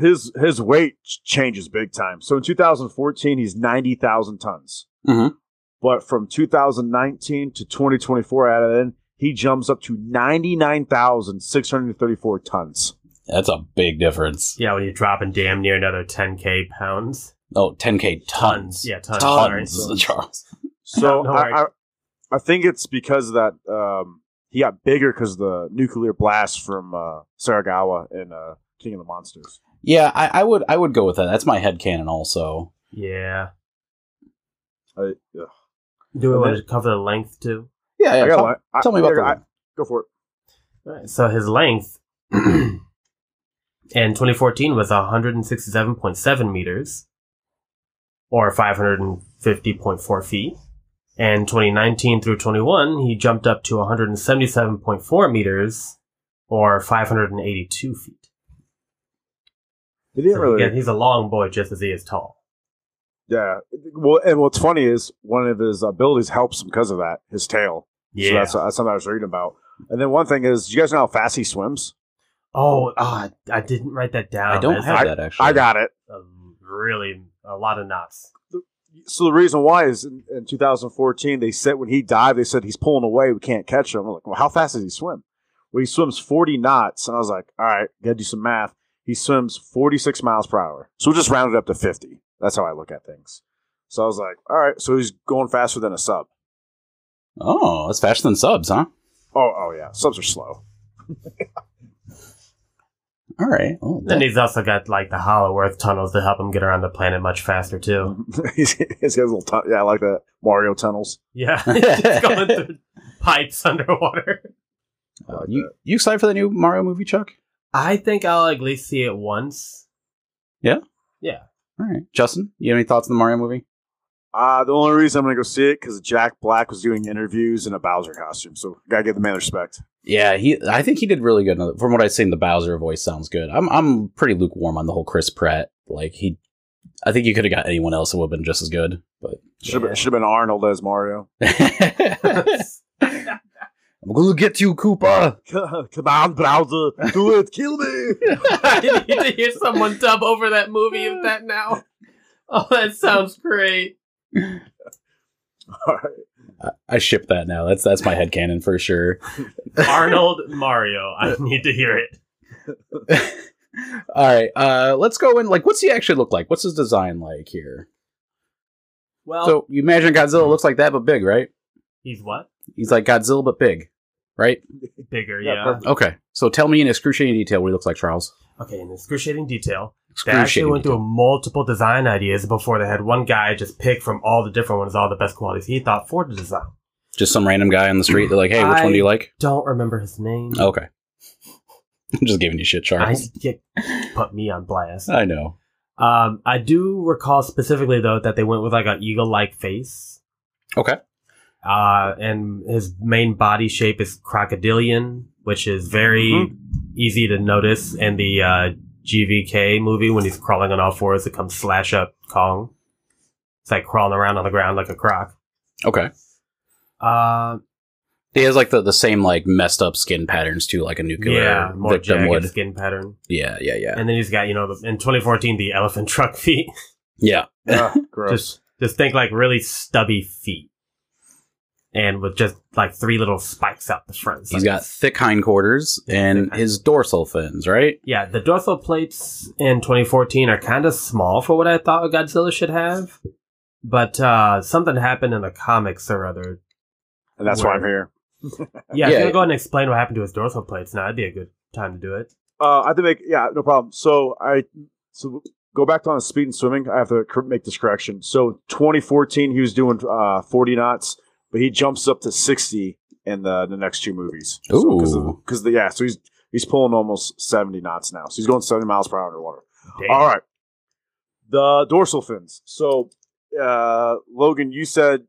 Speaker 4: His his weight ch- changes big time. So in 2014, he's 90,000 tons.
Speaker 1: Mhm.
Speaker 4: But from 2019 to 2024, out of then, he jumps up to 99,634 tons.
Speaker 1: That's a big difference.
Speaker 3: Yeah, when you're dropping damn near another 10k pounds.
Speaker 1: Oh, 10k tons.
Speaker 3: Yeah, tons.
Speaker 1: tons.
Speaker 3: sorry.
Speaker 1: Charles.
Speaker 4: So
Speaker 3: No, no
Speaker 4: I, I,
Speaker 3: worries.
Speaker 4: I think it's because of that um, he got bigger because of the nuclear blast from uh, Saragawa in uh, King of the Monsters.
Speaker 1: Yeah, I, I would I would go with that. That's my head canon also.
Speaker 3: Yeah.
Speaker 4: I, yeah.
Speaker 3: Do we
Speaker 4: Okay.
Speaker 3: want to cover the length too?
Speaker 1: Yeah, yeah.
Speaker 4: I got
Speaker 1: tell,
Speaker 4: li- I-
Speaker 1: tell me
Speaker 4: yeah,
Speaker 1: about
Speaker 4: I-
Speaker 1: that.
Speaker 4: Go for it.
Speaker 3: Alright, So his length in 2014 was 167.7 meters, or 550.4 feet. And 2019 through 21, he jumped up to 177.4 meters, or 582 feet.
Speaker 4: He didn't
Speaker 3: So
Speaker 4: really.
Speaker 3: again, he's a long boy just as he is tall.
Speaker 4: Yeah. Well, and what's funny is one of his abilities helps him because of that. His tail. So
Speaker 3: Yeah.
Speaker 4: that's, that's something I was reading about. And then one thing is, you guys know how fast he swims?
Speaker 3: oh, ah, I didn't write that down.
Speaker 1: I don't
Speaker 3: It's
Speaker 1: have
Speaker 3: like
Speaker 1: that actually.
Speaker 4: I got it.
Speaker 3: a, really a lot of knots.
Speaker 4: So the reason why is in, in 2014 they said when he dived they said he's pulling away we can't catch him. I'm like, well, how fast does he swim? Well, he swims 40 knots, and I was like, all right, gotta do some math. He swims 46 miles per hour, so we'll just round it up to 50. That's how I look at things. So I was like, all right, so he's going faster than a sub.
Speaker 1: Oh, that's faster than subs, huh?
Speaker 4: Oh, oh yeah, subs are slow.
Speaker 1: All right. Oh,
Speaker 3: Then he's also got like the hollow earth tunnels to help him get around the planet much faster too.
Speaker 4: he's, he's got his little tun- yeah, I like that Mario tunnels.
Speaker 3: Yeah, just going through pipes underwater.
Speaker 1: uh, you you excited for the new Mario movie, Chuck?
Speaker 3: I think I'll at least see it once.
Speaker 1: All right, Justin, you have any thoughts on the Mario movie?
Speaker 4: Uh, the only reason I'm gonna go see it because Jack Black was doing interviews in a Bowser costume, so gotta give the man respect.
Speaker 1: Yeah, he. I think he did really good. in the- From what I've seen, the Bowser voice sounds good. I'm I'm pretty lukewarm on the whole Chris Pratt. Like he, I think you could have got anyone else that would have been just as good. But
Speaker 4: Should
Speaker 3: Yeah.
Speaker 4: have been Arnold as Mario.
Speaker 1: I'm gonna get you, Koopa.
Speaker 4: Come on, Bowser, do it, kill me.
Speaker 3: I need to hear someone dub over that movie of that now. Oh, that sounds great.
Speaker 4: All
Speaker 1: I ship that now. That's that's my headcanon for sure.
Speaker 3: Arnold Mario. I need to hear it.
Speaker 1: All right, uh, let's go in. Like, what's he actually look like? What's his design like here?
Speaker 3: Well,
Speaker 1: So you imagine Godzilla looks like that, but big, right?
Speaker 3: he's what?
Speaker 1: He's like Godzilla, but big, right?
Speaker 3: Bigger,
Speaker 4: Yeah,
Speaker 3: yeah.
Speaker 4: perfect.
Speaker 1: Okay, so tell me in excruciating detail what he looks like, Charles.
Speaker 3: Okay, in excruciating detail, They actually
Speaker 1: Excruciating.
Speaker 3: went
Speaker 1: detail.
Speaker 3: through multiple design ideas before they had one guy just pick from all the different ones, all the best qualities he thought for the design.
Speaker 1: Just some random guy on the street. They're like, "Hey, which one do you like?" Oh,
Speaker 3: Don't remember his name.
Speaker 1: Okay. I'm just giving you shit,
Speaker 3: I
Speaker 1: Charles.
Speaker 3: get, put me on blast.
Speaker 1: I, know.
Speaker 3: Um, I do recall specifically though that they went with like an eagle-like face.
Speaker 1: Okay.
Speaker 3: Uh, and his main body shape is crocodilian, which is very
Speaker 4: Mhm.
Speaker 1: Mm-hmm.
Speaker 3: easy to notice in the uh, GVK movie when he's crawling on all fours. It comes slash up Kong. It's like crawling around on the ground like a croc.
Speaker 1: Okay.
Speaker 3: Uh,
Speaker 1: He has like the, the same like messed up skin patterns too, like a nuclear
Speaker 3: yeah, more
Speaker 1: victim
Speaker 3: jagged
Speaker 1: would.
Speaker 3: skin pattern.
Speaker 1: Yeah, yeah, yeah,
Speaker 3: And then he's got you know the, in 2014 the elephant truck feet.
Speaker 1: yeah.
Speaker 4: right. Ugh, gross.
Speaker 3: just just think like really stubby feet, and with just like three little spikes out the front. It's
Speaker 1: He's
Speaker 3: like-
Speaker 1: got thick hindquarters and
Speaker 3: thick hind-
Speaker 1: his dorsal fins, right?
Speaker 3: yeah. The dorsal plates in 2014 are kind of small for what I thought a Godzilla should have, but uh, something happened in the comics or other.
Speaker 4: and that's why I'm here.
Speaker 3: Yeah,
Speaker 1: Yeah.
Speaker 3: if you're gonna go ahead and explain what happened to his dorsal plates, now that'd be a good time to do it.
Speaker 4: Uh, I have to make yeah, no problem. So I so go back to on speed and swimming. I have to cor- make this correction. So 2014, he was doing uh, 40 knots, but he jumps up to 60 in the the next two movies.
Speaker 1: Ooh.
Speaker 4: because the yeah, so he's he's pulling almost 70 knots now. So he's going 70 miles per hour underwater.
Speaker 3: Damn.
Speaker 4: All right. The dorsal fins. So, uh, Logan, you said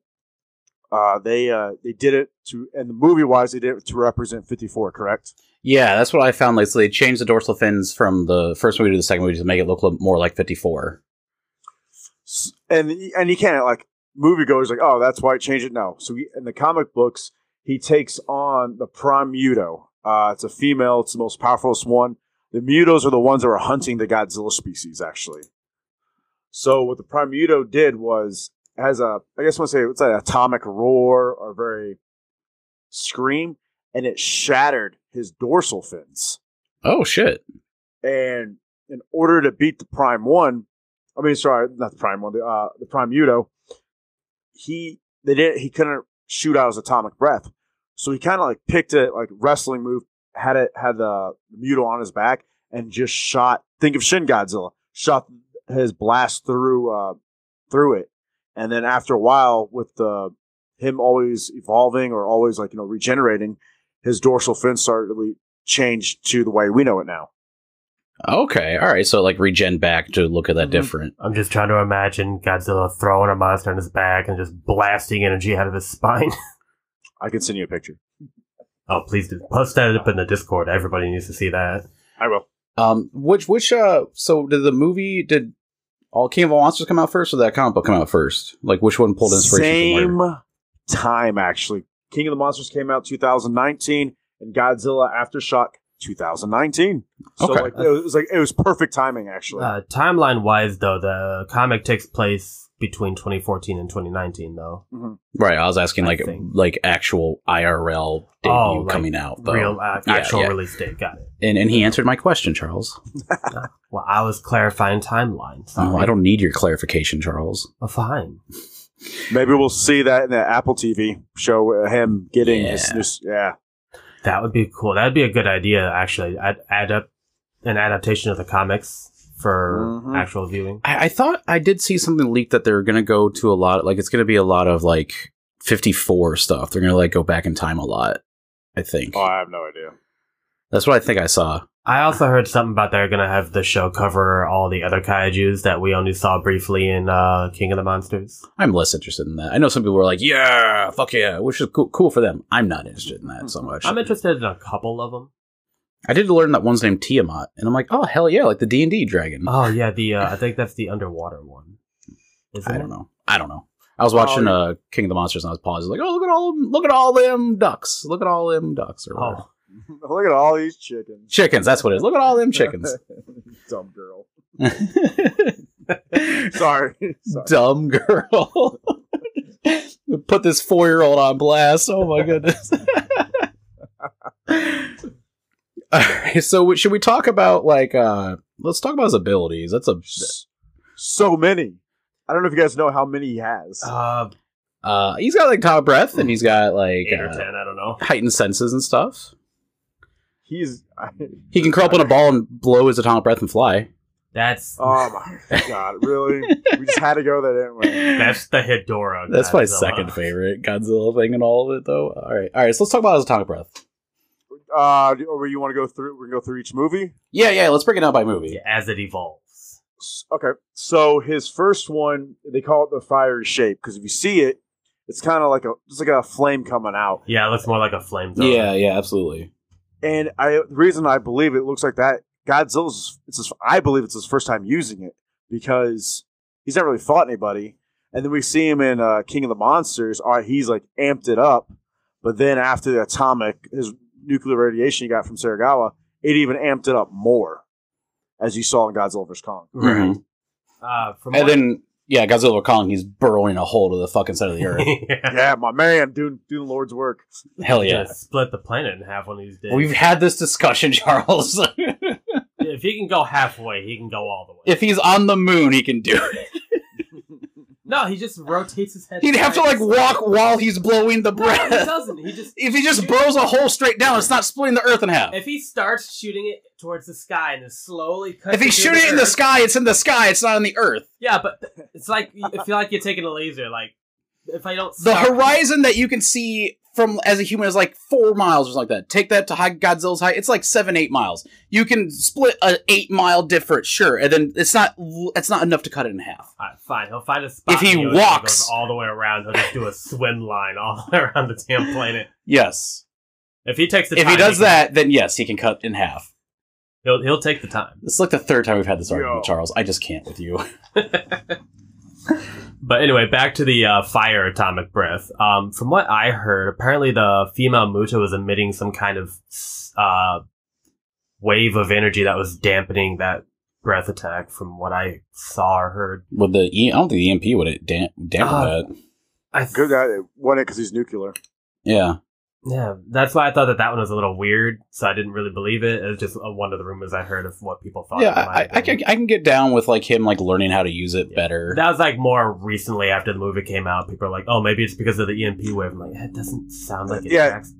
Speaker 4: uh, they uh, they did it to, and the movie wise, they did it to represent 54, correct?
Speaker 1: Yeah, that's what I found. Like, so they changed the dorsal fins from the first movie to the second movie to make it look li- more like 54.
Speaker 4: S- And and you can't like moviegoers like, oh, that's why it changed it. No. So he, in the comic books, he takes on the prime muto. Uh, it's a female. It's the most powerful one. The mutos are the ones that were hunting the Godzilla species, actually. So what the prime muto did was has a I guess I want to say it's an atomic roar or very scream, and it shattered his dorsal fins.
Speaker 1: Oh shit!
Speaker 4: And in order to beat the Prime One, I mean, sorry, not the prime one, the uh, the prime Udo. He they did he couldn't shoot out his atomic breath, so he kind of like picked it like wrestling move, had it had the Muto on his back and just shot. Think of Shin Godzilla, shot his blast through uh, through it, and then after a while, with the him always evolving or always like you know regenerating, his dorsal fin started to change to the way we know it now.
Speaker 1: Okay, all right. So like regen back to look at that
Speaker 3: Mhm.
Speaker 1: different.
Speaker 3: I'm just trying to imagine Godzilla throwing a monster on his back and just blasting energy out of his spine.
Speaker 4: I can send you a picture.
Speaker 3: oh, please do. Post that up in the Discord. Everybody needs to see that.
Speaker 4: I will.
Speaker 1: Um, which which uh, so did the movie did all King of All Monsters come out first, or that comic book come out first? Like which one pulled inspiration? From
Speaker 4: Same
Speaker 1: where?
Speaker 4: time actually. King of the Monsters came out 2019, and Godzilla Aftershock 2019. So
Speaker 1: Okay.
Speaker 4: like, it was like it was perfect timing actually.
Speaker 3: Uh, timeline wise, though, the comic takes place between 2014 and 2019, though.
Speaker 1: Right, I was asking
Speaker 3: I
Speaker 1: like
Speaker 3: think.
Speaker 1: like actual IRL debut
Speaker 3: Oh, like,
Speaker 1: coming out though.
Speaker 3: Real uh,
Speaker 1: Yeah,
Speaker 3: actual
Speaker 1: yeah.
Speaker 3: release date. Got it.
Speaker 1: And and he answered my question, Charles.
Speaker 3: Well, I was clarifying timeline. Sorry.
Speaker 1: Oh, I don't need your clarification, Charles.
Speaker 3: Oh, fine.
Speaker 4: Maybe we'll see that in the Apple TV show. uh, Him getting his,
Speaker 1: Yeah.
Speaker 4: this, yeah.
Speaker 3: That would be cool. That'd be a good idea, actually. I'd add up an adaptation of the comics for
Speaker 4: Mhm.
Speaker 1: Mm-hmm.
Speaker 3: actual viewing.
Speaker 1: I, I thought I did see something leaked that they're gonna go to a lot like it's gonna be a lot of like fifty four stuff. They're gonna like go back in time a lot. I think
Speaker 4: Oh, I have no idea.
Speaker 1: that's what I think I saw.
Speaker 3: I also heard something about they're gonna have the show cover all the other kaiju's that we only saw briefly in uh, King of the Monsters.
Speaker 1: I'm less interested in that. I know some people were like, "Yeah, fuck yeah," which is cool, cool for them. I'm not interested in that so much.
Speaker 3: Hmm. I'm interested in a couple of them.
Speaker 1: I did learn that one's named Tiamat, and I'm like, "Oh hell yeah!" Like the D and D dragon.
Speaker 3: Oh yeah, the uh, I think that's the underwater one. Isn't
Speaker 1: I
Speaker 3: it?
Speaker 1: don't know. I don't know. I
Speaker 3: Oh,
Speaker 1: was watching
Speaker 4: yeah.
Speaker 1: uh, King of the Monsters and I was pausing, like, "Oh look at all them! Look at all them ducks! Look at all them ducks!" Or whatever.
Speaker 3: Oh,
Speaker 4: Look at all these chickens.
Speaker 1: chickens. That's what it is. Look at all them chickens.
Speaker 4: Dumb girl. Sorry. Sorry.
Speaker 1: Dumb girl. Put this four year old on blast. Oh my goodness. All right. So should we talk about like uh let's talk about his abilities. That's a
Speaker 4: S- So many. I don't know if you guys know how many he has.
Speaker 3: uh,
Speaker 1: uh he's got like top breath and he's got like
Speaker 3: eight or
Speaker 1: uh,
Speaker 3: ten, I don't know.
Speaker 1: heightened senses and stuff.
Speaker 4: He's. I,
Speaker 1: He can curl up in a ball and blow his atomic breath and fly.
Speaker 3: That's
Speaker 4: oh my god! Really? we just had to go there, didn't we?
Speaker 3: that's the Hedora.
Speaker 1: That's my
Speaker 3: Godzilla.
Speaker 1: second favorite Godzilla thing in all of it though. All right. All right, so let's talk about his atomic breath.
Speaker 4: Uh, do- or you want to go through? We're gonna go through each movie.
Speaker 1: Yeah, yeah, let's break it down by movie.
Speaker 3: Yeah, as it evolves.
Speaker 4: S- Okay. So his first one, they call it the fiery shape because if you see it, it's kind of like a, it's like a flame coming out.
Speaker 3: Yeah, it looks more like a flamethrower.
Speaker 1: Yeah, yeah, absolutely.
Speaker 4: And I, the reason I believe it looks like that, Godzilla's, it's his, I believe it's his first time using it because he's not really fought anybody. And then we see him in uh, King of the Monsters. All right, he's like amped it up, but then after the atomic, his nuclear radiation he got from Saragawa, it even amped it up more, as you saw in Godzilla vs Kong.
Speaker 3: right. Uh, from
Speaker 1: And
Speaker 3: what-
Speaker 1: then, yeah, Godzilla Kong, he's burrowing a hole to the fucking side of the earth.
Speaker 3: yeah.
Speaker 4: Yeah, my man, doing doing the Lord's work.
Speaker 1: Hell yeah.
Speaker 3: Just split the planet in half one of these days.
Speaker 1: We've had this discussion, Charles.
Speaker 3: if he can go halfway, he can go all the way.
Speaker 1: if he's on the moon, he can do it.
Speaker 3: no, he just rotates his head.
Speaker 1: He'd have to,
Speaker 3: side
Speaker 1: like,
Speaker 3: side.
Speaker 1: walk while he's blowing the
Speaker 3: No, he
Speaker 1: breath.
Speaker 3: doesn't. He just
Speaker 1: If he just burrows a hole straight down, it's not splitting the earth in half.
Speaker 3: if he starts shooting it towards the sky and then slowly cuts.
Speaker 1: If he's
Speaker 3: through
Speaker 1: shooting it in the
Speaker 3: earth-
Speaker 1: sky, it's in the sky, it's not on the earth.
Speaker 3: yeah, but it's like I feel like you're taking a laser. Like if I don't
Speaker 1: The
Speaker 3: stop-
Speaker 1: horizon that you can see from as a human is like four miles or something like that. Take that to high Godzilla's height; it's like seven, eight miles. You can split an eight mile difference, sure, and then it's not it's not enough to cut it in half.
Speaker 3: All right, fine, he'll find a spot.
Speaker 1: If he
Speaker 3: and goes
Speaker 1: walks-
Speaker 3: all the way around, he'll just do a swim line all the way around the damn planet.
Speaker 1: Yes,
Speaker 3: If he takes the
Speaker 1: if
Speaker 3: time,
Speaker 1: he does
Speaker 3: can-
Speaker 1: that, then yes, he can cut in half.
Speaker 3: he'll he'll take the time.
Speaker 1: It's like the third time we've had this argument,
Speaker 4: Yo.
Speaker 1: Charles. I just can't with you.
Speaker 3: But anyway, back to the uh, fire atomic breath. Um, from what I heard, apparently the female Muta was emitting some kind of uh, wave of energy that was dampening that breath attack. From what I saw or heard,
Speaker 1: With the e- I don't think the EMP would it damp dampen
Speaker 3: Ah.
Speaker 1: that.
Speaker 3: I
Speaker 4: Good guy, it won it because he's nuclear.
Speaker 1: Yeah,
Speaker 3: Yeah, that's why I thought that that one was a little weird, so I didn't really believe it. It was just uh, one of the rumors I heard of what people thought.
Speaker 1: yeah,
Speaker 3: it might
Speaker 1: I,
Speaker 3: have
Speaker 1: I,
Speaker 3: been.
Speaker 1: can, I can get down with like him like learning how to use it
Speaker 3: Yeah.
Speaker 1: better.
Speaker 3: That was like more recently after the movie came out. People are like, "Oh, maybe it's because of the EMP wave." I'm like, that doesn't sound like it.
Speaker 4: Yeah.
Speaker 3: tracks."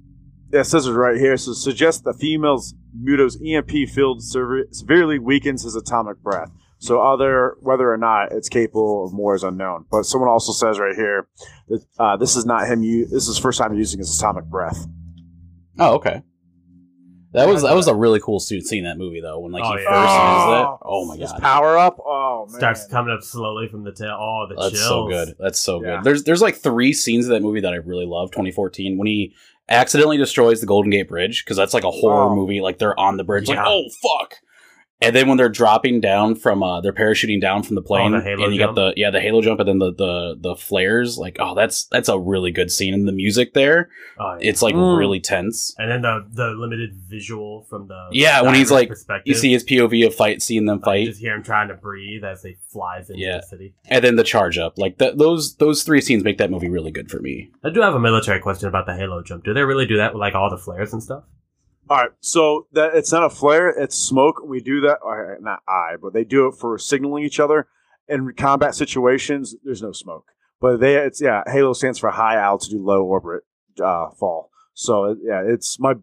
Speaker 4: Yeah, it says it right here. So suggests the female's Muto's EMP field sever- severely weakens his atomic breath. So other whether or not it's capable of more is unknown. But someone also says right here that uh, this is not him. U- this is first time using his atomic breath.
Speaker 1: Oh, okay. That was that was a really cool suit scene in that movie though when like
Speaker 3: Oh,
Speaker 1: he
Speaker 3: yeah.
Speaker 1: first uses it.
Speaker 4: Oh,
Speaker 1: Oh my
Speaker 4: His
Speaker 1: god,
Speaker 4: power up. Oh man.
Speaker 3: starts coming up slowly from the tail. Oh, the
Speaker 1: that's
Speaker 3: chills.
Speaker 1: so good. That's so
Speaker 4: Yeah.
Speaker 1: good. There's there's like three scenes of that movie that I really love. 2014 when he accidentally destroys the Golden Gate Bridge because that's like a horror
Speaker 4: Oh.
Speaker 1: movie. Like they're on the bridge, like
Speaker 3: Yeah.
Speaker 1: oh fuck. And then when they're dropping down from, uh, they're parachuting down from the plane,
Speaker 3: Oh, the halo
Speaker 1: and you
Speaker 3: jump?
Speaker 1: got the yeah the halo jump, and then the the the flares. Like oh that's that's a really good scene, and the music there,
Speaker 3: Oh, yeah.
Speaker 1: it's like
Speaker 4: Mm.
Speaker 1: really tense.
Speaker 3: and then the the limited visual from the
Speaker 1: Yeah, when he's
Speaker 3: director's
Speaker 1: like-
Speaker 3: perspective.
Speaker 1: You see his POV of fight, seeing them
Speaker 3: Like, you
Speaker 1: fight.
Speaker 3: just hear him trying to breathe as he flies into
Speaker 1: Yeah.
Speaker 3: the city.
Speaker 1: and then the charge up. Like th- those those three scenes make that movie really good for me.
Speaker 3: I do have a military question about the halo jump. Do they really do that with like all the flares and stuff?
Speaker 4: All right, so that it's not a flare, it's smoke. We do that, or not I, but they do it for signaling each other. In combat situations, there's no smoke, but they it's yeah. Halo stands for high altitude, low orbit uh, fall. So it, yeah, it's my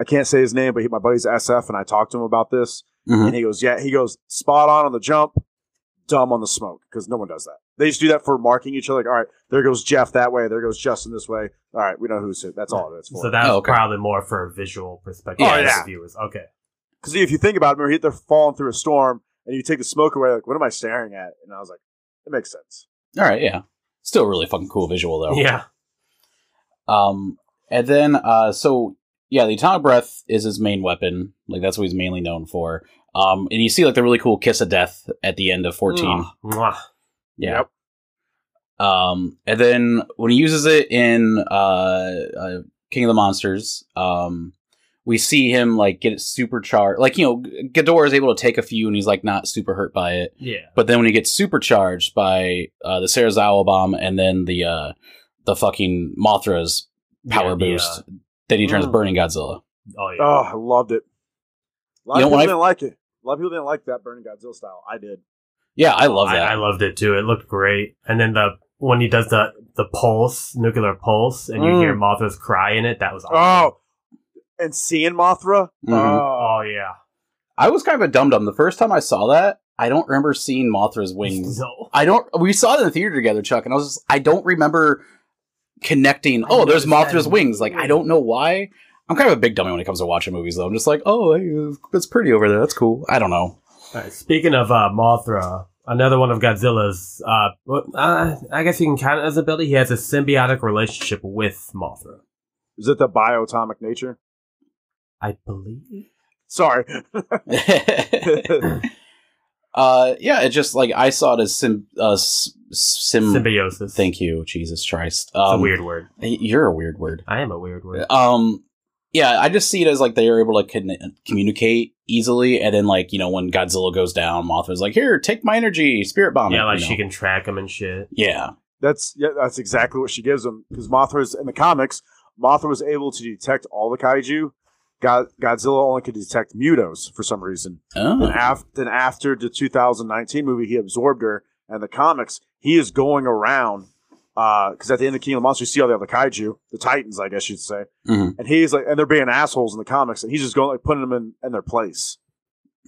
Speaker 4: I can't say his name, but he, my buddy's SF, and I talked to him about this,
Speaker 1: Mhm.
Speaker 4: and he goes, yeah, he goes spot on on the jump, dumb on the smoke because no one does that. They just do that for marking each other. Like, all right, there goes Jeff that way, there goes Justin this way. All right, we know who's who. That's all it's for.
Speaker 3: So that's
Speaker 1: Oh, okay.
Speaker 3: probably more for a visual perspective
Speaker 1: Yeah,
Speaker 3: for the
Speaker 4: yeah.
Speaker 3: viewers. Okay.
Speaker 4: Because if you think about it, remember, he- they're falling through a storm, and you take the smoke away. Like, what am I staring at? And I was like, it makes sense.
Speaker 1: All right, yeah, still a really fucking cool visual though.
Speaker 3: Yeah.
Speaker 1: Um, and then uh, so yeah, the atomic breath is his main weapon. Like that's what he's mainly known for. Um, and you see like the really cool kiss of death at the end of fourteen.
Speaker 3: Mwah.
Speaker 1: Yeah. Um, and then when he uses it in uh, uh, King of the Monsters, um, we see him like get it supercharged. Like you know, G- Ghidorah is able to take a few, and he's like not super hurt by it.
Speaker 3: Yeah.
Speaker 1: But then when he gets supercharged by uh, the Sarazawa bomb and then the uh, the fucking Mothra's power
Speaker 3: Yeah, the, uh,
Speaker 1: boost, then he turns
Speaker 4: Mm.
Speaker 1: Burning Godzilla.
Speaker 3: Oh yeah.
Speaker 4: Oh, I loved it. A lot
Speaker 1: You know,
Speaker 4: of people
Speaker 1: when I-
Speaker 4: didn't like it. A lot of people didn't like that Burning Godzilla style. I did.
Speaker 1: Yeah, I love
Speaker 3: I,
Speaker 1: that.
Speaker 3: I loved it too. It looked great. And then the when he does the the pulse, nuclear pulse, and you
Speaker 4: Mm.
Speaker 3: hear Mothra's cry in it, that was awesome.
Speaker 4: Oh, and seeing Mothra.
Speaker 1: Mhm.
Speaker 4: Oh,
Speaker 3: oh yeah.
Speaker 1: I was kind of a dum dum the first time I saw that. I don't remember seeing Mothra's wings.
Speaker 3: No.
Speaker 1: I don't. We saw it in the theater together, Chuck, and I was. Just, I don't remember connecting.
Speaker 3: I
Speaker 1: Oh, there's
Speaker 3: noticed that
Speaker 1: Mothra's wings. Like I
Speaker 3: immediately.
Speaker 1: don't know why. I'm kind of a big dummy when it comes to watching movies, though. I'm just like, oh, hey, it's pretty over there. That's cool. I don't know.
Speaker 3: All right, speaking of uh, Mothra, another one of Godzilla's, uh, well, uh, I guess you can count it as a ability. He has a symbiotic relationship with Mothra.
Speaker 4: is it the bioatomic nature?
Speaker 3: I believe.
Speaker 4: Sorry.
Speaker 1: Uh, yeah, it just like I saw it as sim, uh, s- sim.
Speaker 3: Symbiosis.
Speaker 1: Thank you, Jesus Christ.
Speaker 3: It's
Speaker 1: Um,
Speaker 3: a weird word.
Speaker 1: y- You're a weird word.
Speaker 3: I am a weird word.
Speaker 1: Um, yeah, I just see it as like they are able to con- communicate easily, and then like you know when Godzilla goes down, Mothra's like, "Here, take my energy, spirit bomb." it,"
Speaker 3: yeah, like
Speaker 1: you know?
Speaker 3: she can track him and shit.
Speaker 1: Yeah,
Speaker 4: That's yeah, that's exactly what she gives him because Mothra's in the comics. Mothra was able to detect all the kaiju. God, Godzilla only could detect Mutos for some reason. Then,
Speaker 1: oh.
Speaker 4: af- then after the 2019 movie, he absorbed her, and the comics, he is going around because at the end of King of the Monsters, you see all the other kaiju, the Titans, I guess you'd say,
Speaker 1: Mhm.
Speaker 4: and he's like, and they're being assholes in the comics, and he's just going like putting them in, in their place.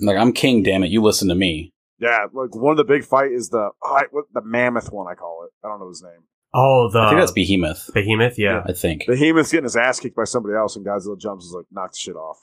Speaker 1: like I'm king. Damn it, you listen to me.
Speaker 4: Yeah, like one of the big fight is the oh, I what, the mammoth one, I call it. I don't know his name.
Speaker 3: Oh, the
Speaker 1: I think that's Behemoth.
Speaker 3: behemoth. Yeah.
Speaker 1: I think
Speaker 4: Behemoth's getting his ass kicked by somebody else, and Godzilla jumps and is like, knock the shit off.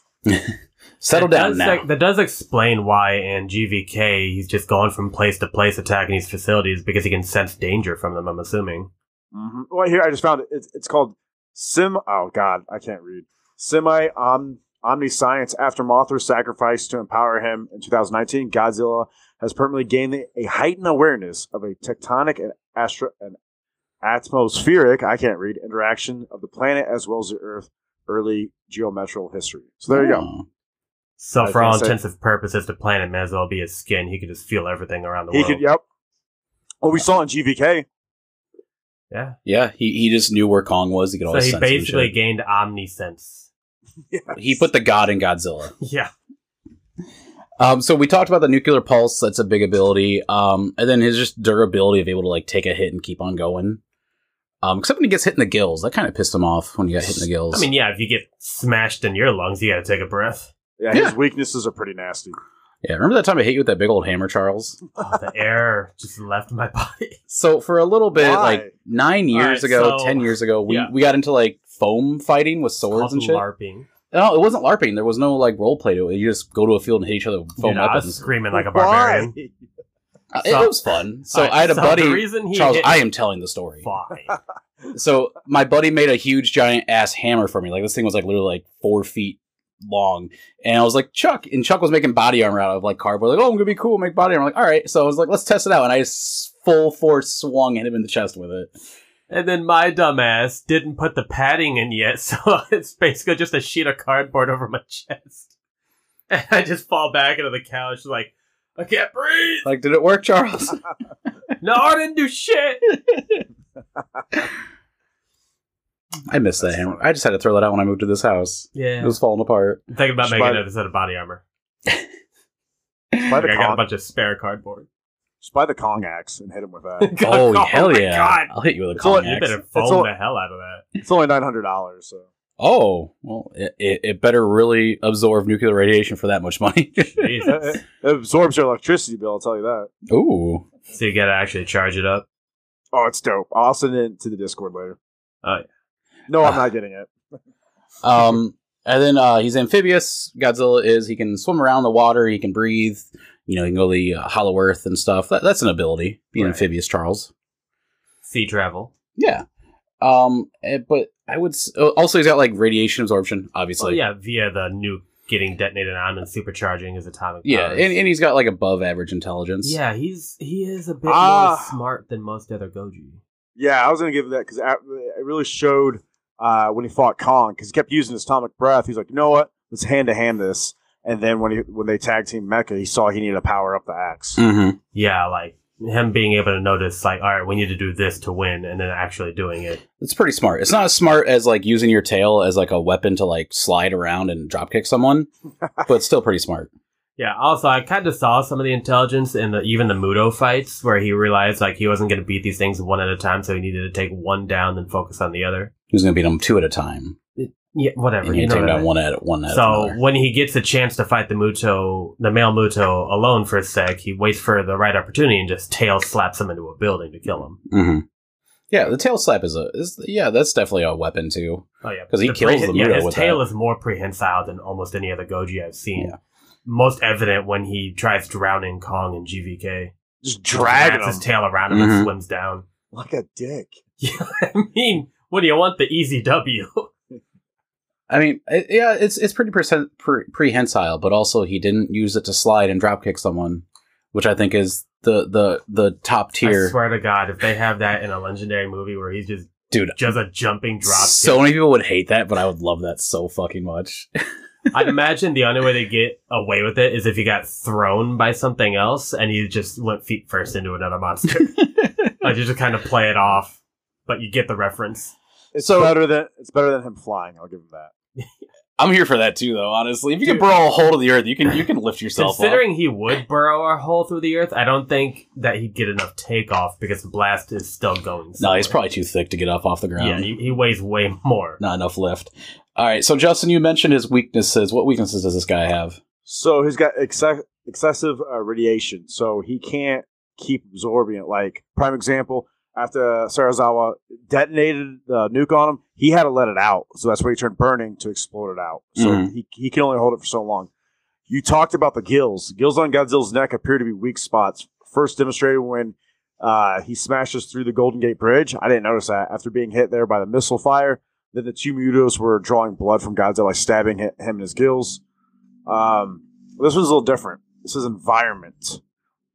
Speaker 1: settle
Speaker 3: That
Speaker 1: down
Speaker 3: does
Speaker 1: now.
Speaker 3: ex- that does explain why in GVK he's just gone from place to place attacking these facilities because he can sense danger from them. I'm assuming.
Speaker 4: Mm-hmm. Well, here I just found it. It's, it's called Sim. Oh God, I can't read. Semi om, Omniscience. After Mothra's sacrifice to empower him in 2019, Godzilla has permanently gained the- a heightened awareness of a tectonic and astro and atmospheric. I can't read interaction of the planet as well as the Earth. Early geometrical history. So there you go.
Speaker 1: Oh.
Speaker 3: So
Speaker 4: I
Speaker 3: for all
Speaker 4: think so.
Speaker 3: intents and purposes, the planet may as well be his
Speaker 4: Oh,
Speaker 3: skin. He could just feel everything around the
Speaker 4: He
Speaker 3: world.
Speaker 4: could. Yep. Well, we saw in GVK
Speaker 3: Yeah.
Speaker 1: Yeah, he, he just knew where Kong was. He could
Speaker 3: So
Speaker 1: always
Speaker 3: he
Speaker 1: sense him and
Speaker 3: basically
Speaker 1: shit.
Speaker 3: gained omnisense.
Speaker 1: He put the god in Godzilla.
Speaker 3: Yeah.
Speaker 1: Um, so we talked about the nuclear pulse. That's a big ability. Um, and then his just durability of able to like take a hit and keep on going. Um, except when he gets hit in the gills, that kind of pissed him off when he got hit in the gills.
Speaker 3: I mean, yeah, if you get smashed in your lungs, you gotta take a breath.
Speaker 4: Yeah, his weaknesses are pretty nasty.
Speaker 1: yeah, remember that time I hit you with that big old hammer, Charles?
Speaker 3: Oh, the air just left my body.
Speaker 1: So for a little bit,
Speaker 4: Why?
Speaker 1: like nine
Speaker 3: All
Speaker 1: years
Speaker 3: right,
Speaker 1: ago,
Speaker 3: so-
Speaker 1: ten years ago, we
Speaker 3: Yeah.
Speaker 1: we got into like foam fighting with swords
Speaker 3: Called
Speaker 1: and shit.
Speaker 3: LARPing.
Speaker 1: no, it wasn't LARPing. There was no like role play to it. You just go to a field and hit each other with foam
Speaker 3: Dude, I was
Speaker 1: weapons.
Speaker 3: screaming like a
Speaker 4: Why?
Speaker 3: barbarian.
Speaker 1: Uh,
Speaker 3: so-
Speaker 1: it was fun. So
Speaker 3: All right,
Speaker 1: I had a
Speaker 3: so
Speaker 1: buddy.
Speaker 3: The reason he
Speaker 1: Charles,
Speaker 3: hit
Speaker 1: I am telling the story.
Speaker 3: fine.
Speaker 1: so my buddy made a huge giant ass hammer for me. Like this thing was like literally like four feet long. And I was like, Chuck, and Chuck was making body armor out of like cardboard. Like, oh, I'm gonna be cool, make body armor. Like, all right. So I was like, let's test it out. And I just full force swung him in the chest with it.
Speaker 3: And then my dumbass didn't put the padding in yet, so it's basically just a sheet of cardboard over my chest. And I just fall back into the couch, like, I can't breathe.
Speaker 1: Like, did it work, Charles?
Speaker 3: No, I didn't do shit.
Speaker 1: I missed that hammer. I just had to throw that out when I moved to this house. It
Speaker 3: Yeah.
Speaker 1: was falling apart.
Speaker 3: I'm thinking about
Speaker 4: Just
Speaker 3: making
Speaker 4: buy-
Speaker 3: another set of body armor.
Speaker 4: Just buy
Speaker 3: Like,
Speaker 4: the
Speaker 3: I got a
Speaker 4: Kong,
Speaker 3: bunch of spare cardboard.
Speaker 4: just buy the Kong axe and hit him with that.
Speaker 1: oh, hell
Speaker 3: my
Speaker 1: yeah!
Speaker 3: God.
Speaker 1: I'll hit you with a
Speaker 4: It's all-
Speaker 1: Kong
Speaker 3: You
Speaker 1: axe.
Speaker 3: better
Speaker 4: That's
Speaker 3: foam
Speaker 4: all-
Speaker 3: the hell out of that.
Speaker 4: it's only nine hundred dollars. So
Speaker 1: Oh, well, it, it, it better really absorb nuclear radiation for that much money.
Speaker 3: Jesus.
Speaker 4: it, it absorbs your electricity bill. I'll tell you that.
Speaker 1: Ooh,
Speaker 3: so you gotta actually charge it up.
Speaker 4: Oh, it's dope. I'll send it to the Discord later.
Speaker 3: Oh, yeah.
Speaker 4: No, I'm not getting it.
Speaker 1: Um, and then uh, he's amphibious. Godzilla is he can swim around the water. He can breathe. You know, he can go to the uh, Hollow Earth and stuff. That, that's an ability. Being
Speaker 3: Right.
Speaker 1: amphibious, Charles.
Speaker 3: Sea travel.
Speaker 1: Yeah. Um, eh, but I would s- oh, also he's got like radiation absorption, obviously.
Speaker 3: Well, Oh, yeah, via the nuke getting detonated on and supercharging his atomic
Speaker 1: Yeah,
Speaker 3: powers.
Speaker 1: and, and he's got like above average intelligence.
Speaker 3: Uh, Yeah, he's he is a bit
Speaker 4: Ah.
Speaker 3: more smart than most other Goju.
Speaker 4: Yeah, I was gonna give that because it really showed uh, when he fought Kong because he kept using his atomic breath. He's like, you know what? Let's hand to hand this. And then when he when they tag team Mecha, he saw he needed to power up the axe.
Speaker 1: Mm-hmm.
Speaker 3: Yeah, like him being able to notice, like, all right, we need to do this to win, and then actually doing it.
Speaker 1: It's pretty smart. It's not as smart as like using your tail as like a weapon to like slide around and dropkick someone, but it's still pretty smart.
Speaker 3: Yeah. Also, I kind of saw some of the intelligence in the even the Muto fights where he realized like he wasn't going to beat these things one at a time, so he needed to take one down and focus on the other.
Speaker 1: He's gonna beat him two at a time,
Speaker 3: Yeah, whatever.
Speaker 1: and you
Speaker 3: you know
Speaker 1: take him
Speaker 3: what I
Speaker 1: down
Speaker 3: mean.
Speaker 1: one at one at
Speaker 3: So
Speaker 1: another.
Speaker 3: when he gets a chance to fight the Muto, the male Muto alone for a sec, he waits for the right opportunity and just tail slaps him into a building to kill him.
Speaker 1: hmm Yeah, the tail slap is a is yeah, that's definitely a weapon too.
Speaker 3: Oh yeah,
Speaker 1: 'Cause he kills the Muto
Speaker 3: yeah, his
Speaker 1: with
Speaker 3: tail
Speaker 1: that.
Speaker 3: is more prehensile than almost any other Goji I've seen.
Speaker 1: Yeah.
Speaker 3: Most evident when he tries drowning Kong in GVK.
Speaker 4: Just dragging
Speaker 3: Wraps
Speaker 4: him
Speaker 3: his tail around him
Speaker 1: Mhm.
Speaker 3: and swims down.
Speaker 4: like a dick.
Speaker 3: Yeah, I mean, what do you want? The easy W.
Speaker 1: I mean, it, yeah, it's it's pretty percent, pre- prehensile, but also he didn't use it to slide and drop kick someone, which I think is the the the top
Speaker 3: I
Speaker 1: tier.
Speaker 3: swear to God, if they have that in a legendary movie where he's just
Speaker 1: Dude,
Speaker 3: just a jumping drop.
Speaker 1: so many people would hate that, but I would love that so fucking much.
Speaker 3: I'd imagine the only way they get away with it is if he got thrown by something else and you just went feet first into another monster. like you just kind of play it off, but you get the reference.
Speaker 4: It's
Speaker 1: So-
Speaker 4: better than it's better than him flying. I'll give him that.
Speaker 1: I'm here for that too, though. Honestly, if you can burrow a hole to the earth, you can you can lift yourself up.
Speaker 3: Considering he would burrow a hole through the earth, I don't think that he'd get enough takeoff because the blast is still going.
Speaker 1: No, he's
Speaker 3: somewhere.
Speaker 1: probably too thick to get up off the ground.
Speaker 3: yeah. He, he weighs way more.
Speaker 1: Not enough lift. All right, so Justin, you mentioned his weaknesses. What weaknesses does this guy have?
Speaker 4: So he's got exce- excessive uh, radiation, so he can't keep absorbing it. Like prime example, after Sarazawa detonated the nuke on him, he had to let it out, so that's why he turned burning to explode it out. So
Speaker 1: Mhm.
Speaker 4: he he can only hold it for so long. You talked about the gills. Gills on Godzilla's neck appear to be weak spots. First demonstrated when uh, he smashes through the Golden Gate Bridge. I didn't notice that after being hit there by the missile fire. Then the two Mutos were drawing blood from Godzilla, stabbing hi- him in his gills. Um, this one's a little different. This is environment.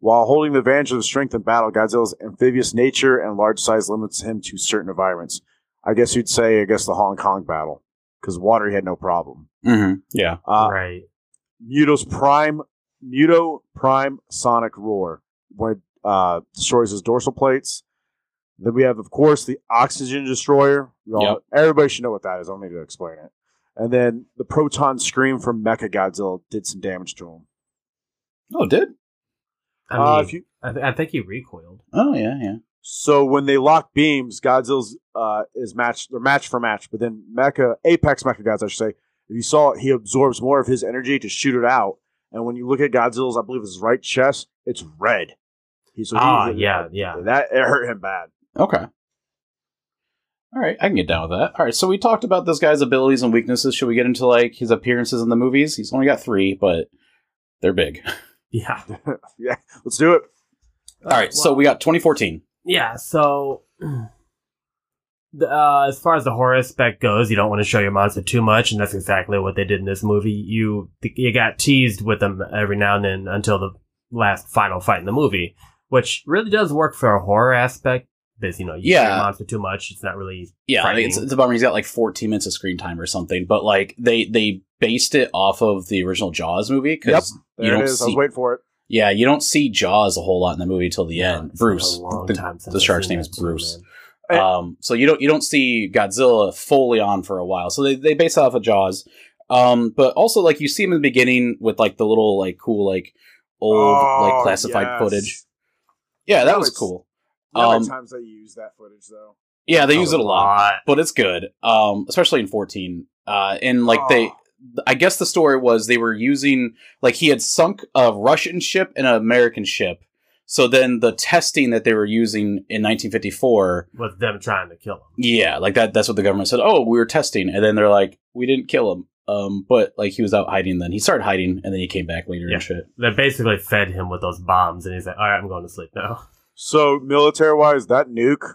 Speaker 4: While holding the advantage of strength in battle, Godzilla's amphibious nature and large size limits him to certain environments. I guess you'd say, I guess the Hong Kong battle, because water he had no problem.
Speaker 1: Mm-hmm. Yeah.
Speaker 4: Uh,
Speaker 3: right.
Speaker 4: Muto's prime, Muto prime sonic roar when it, uh, destroys his dorsal plates. Then we have, of course, the oxygen destroyer. We all-
Speaker 1: Yep.
Speaker 4: Everybody should know what that is. I don't need to explain it. And then the proton scream from Mecha Godzilla did some damage to him.
Speaker 1: Oh, it did?
Speaker 3: I
Speaker 4: Uh,
Speaker 3: mean,
Speaker 4: if you-
Speaker 3: I, th- I think he recoiled.
Speaker 1: Oh, yeah, yeah.
Speaker 4: so when they lock beams, Godzilla's uh, is match. They're match for match. But then Mecha Apex Mecha Godzilla, I should say. If you saw it, he absorbs more of his energy to shoot it out. And when you look at Godzilla's, I believe his right chest, it's red. He's
Speaker 3: ah, yeah, yeah.
Speaker 4: That it hurt him bad.
Speaker 1: Okay. All right, I can get down with that. All right, so we talked about this guy's abilities and weaknesses. Should we get into like his appearances in the movies? He's only got three, but they're big.
Speaker 3: Uh, Yeah.
Speaker 4: yeah, let's do it.
Speaker 1: All right, so we got 2014.
Speaker 3: Yeah, so the, uh, as far as the horror aspect goes, you don't want to show your monster too much, and that's exactly what they did in this movie. You you got teased with them every now and then until the last final fight in the movie, which really does work for a horror aspect because you know you show
Speaker 1: Yeah.
Speaker 3: your monster too much, it's not really
Speaker 1: Yeah, like,
Speaker 3: Frightening.
Speaker 1: it's, it's a bummer. He's got like 14 minutes of screen time or something, but like they they based it off of the original Jaws movie because You
Speaker 4: There
Speaker 1: don't
Speaker 4: it is. I was
Speaker 1: see-
Speaker 4: waiting for it.
Speaker 1: yeah, you don't see Jaws a whole lot in the movie till the end.
Speaker 3: It's been
Speaker 1: Bruce,
Speaker 3: a long
Speaker 1: the-
Speaker 3: time since
Speaker 1: the
Speaker 3: I've
Speaker 1: shark's
Speaker 3: seen
Speaker 1: name
Speaker 3: that
Speaker 1: is
Speaker 3: too,
Speaker 1: Bruce.
Speaker 3: man.
Speaker 4: Eh.
Speaker 1: Um, so you don't you don't see Godzilla fully on for a while. So they they base it off of Jaws, um, but also like you see him in the beginning with like the little like cool like old
Speaker 4: Oh,
Speaker 1: like classified
Speaker 4: yes.
Speaker 1: footage. Yeah, that
Speaker 4: That
Speaker 1: was
Speaker 4: was-
Speaker 1: cool.
Speaker 4: You know how many
Speaker 1: Um,
Speaker 4: times they use that footage though.
Speaker 1: Yeah, they use it a lot, but it's good. Um, especially in fourteen. Uh, and like they,
Speaker 4: Oh.
Speaker 1: I guess the story was they were using like he had sunk a Russian ship and an American ship. So then the testing that they were using in 1954
Speaker 3: with them trying to kill him.
Speaker 1: Yeah, like that. That's what the government said. Oh, we were testing, and then they're like, we didn't kill him. Um, but like he was out hiding. Then he started hiding, and then he came back later
Speaker 3: Yeah.
Speaker 1: and shit.
Speaker 3: They basically fed him with those bombs, and he's like, "All right, I'm going to sleep now."
Speaker 4: So military wise, that nuke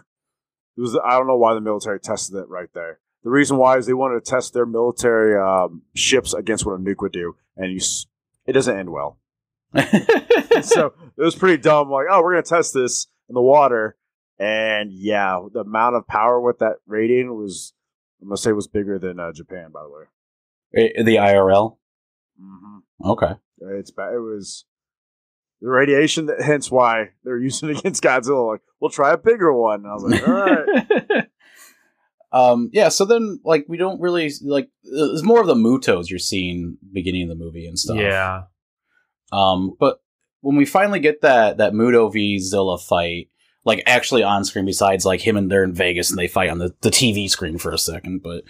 Speaker 4: it was. I don't know why the military tested it right there. The reason why is they wanted to test their military um, ships against what a nuke would do, and you s- it doesn't end well. so it was pretty dumb. Like, oh, we're gonna test this in the water, and yeah, the amount of power with that rating was, I'm gonna say, was bigger than uh, Japan. By the way,
Speaker 1: Eh, the IRL.
Speaker 4: mm-hmm.
Speaker 1: Okay.
Speaker 4: It's bad. It was the radiation. That, hence why they're using it against Godzilla. Like, we'll try a bigger one. And I was like, all right.
Speaker 1: um. Yeah. So then, like, we don't really like. It's more of the mutos you're seeing beginning of the movie and stuff.
Speaker 3: Yeah,
Speaker 1: Um, but when we finally get that that Muto v Zilla fight, like actually on screen, besides like him and they're in Vegas and they fight on the, the TV screen for a second, but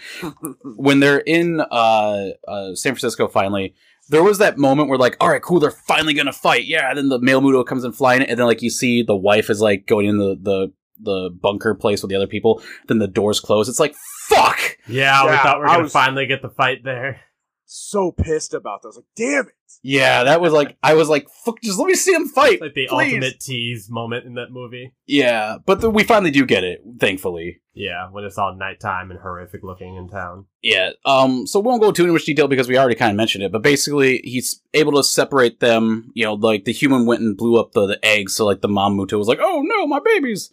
Speaker 1: when they're in uh, uh, San Francisco finally, there was that moment where like, all right, cool, they're finally gonna fight, yeah. And then the male Muto comes in flying, and then like you see the wife is like going in the the the bunker place with the other people. Then the doors close. It's like fuck.
Speaker 3: yeah. we
Speaker 4: Yeah,
Speaker 3: thought we were
Speaker 4: I
Speaker 3: gonna
Speaker 4: was-
Speaker 3: finally get the fight there.
Speaker 4: so pissed about that. I was like, damn it.
Speaker 1: Yeah, that was like I was like fuck. Just let me see them fight.
Speaker 3: It's like the
Speaker 1: Please.
Speaker 3: ultimate tease moment in that movie.
Speaker 1: Yeah, but th- we finally do get it, thankfully.
Speaker 3: Yeah, when it's all nighttime and horrific looking in town.
Speaker 1: Yeah. Um. So we won't go too much detail because we already kind of mentioned it. But basically, he's able to separate them. You know, like the human went and blew up the, the egg, so like the mom Muto was like, "Oh no, my babies."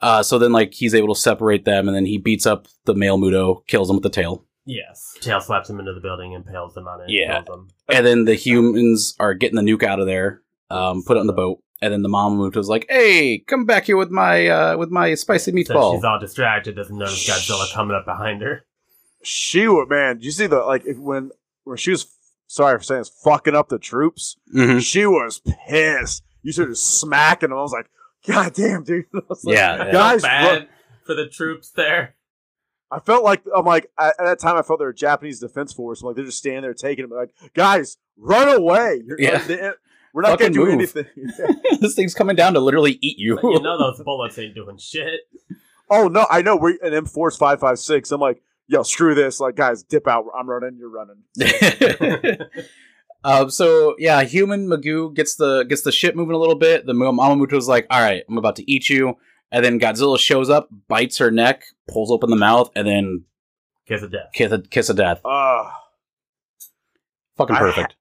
Speaker 1: Uh. So then, like, he's able to separate them, and then he beats up the male Muto, kills him with the tail,
Speaker 3: Yes. Tail slaps him into the building, impales him on it,
Speaker 1: Yeah.
Speaker 3: kills him.
Speaker 1: and then the humans are getting the nuke out of there. Um. Put it on the boat, and then the mom Muto's like, "Hey, come back here with my uh with my spicy
Speaker 3: So
Speaker 1: meatball."
Speaker 3: she's all distracted, doesn't notice Godzilla coming up behind her.
Speaker 4: She would, man. Did you see the like if- when when she was sorry for saying this, fucking up the troops.
Speaker 1: Mhm.
Speaker 4: She was pissed. You should have smacking him. I was like, God damn, dude. I was like,
Speaker 1: Yeah, yeah.
Speaker 4: guys.
Speaker 3: Bad
Speaker 4: look-
Speaker 3: for the troops there.
Speaker 4: I felt like I'm like I, at that time. I felt they were Japanese defense force. I'm like they're just standing there taking him. Like guys, run away. You're,
Speaker 1: Yeah.
Speaker 4: they- we're not
Speaker 1: Fucking
Speaker 4: going to do
Speaker 1: move.
Speaker 4: anything. Yeah.
Speaker 1: this thing's coming down to literally eat you.
Speaker 3: But you know those bullets ain't doing shit.
Speaker 4: oh no, I know we're an M Force five five six. I'm like, yo, screw this. Like guys, dip out. I'm running. You're running.
Speaker 1: um, so yeah, human Magoo gets the gets the ship moving a little bit. The Mo- Mamamuto's like, "All right, I'm about to eat you," and then Godzilla shows up, bites her neck, pulls open the mouth, and then
Speaker 3: Kiss of death.
Speaker 1: kiss a, kiss of death.
Speaker 4: Ah.
Speaker 1: Fucking
Speaker 4: I-
Speaker 1: perfect.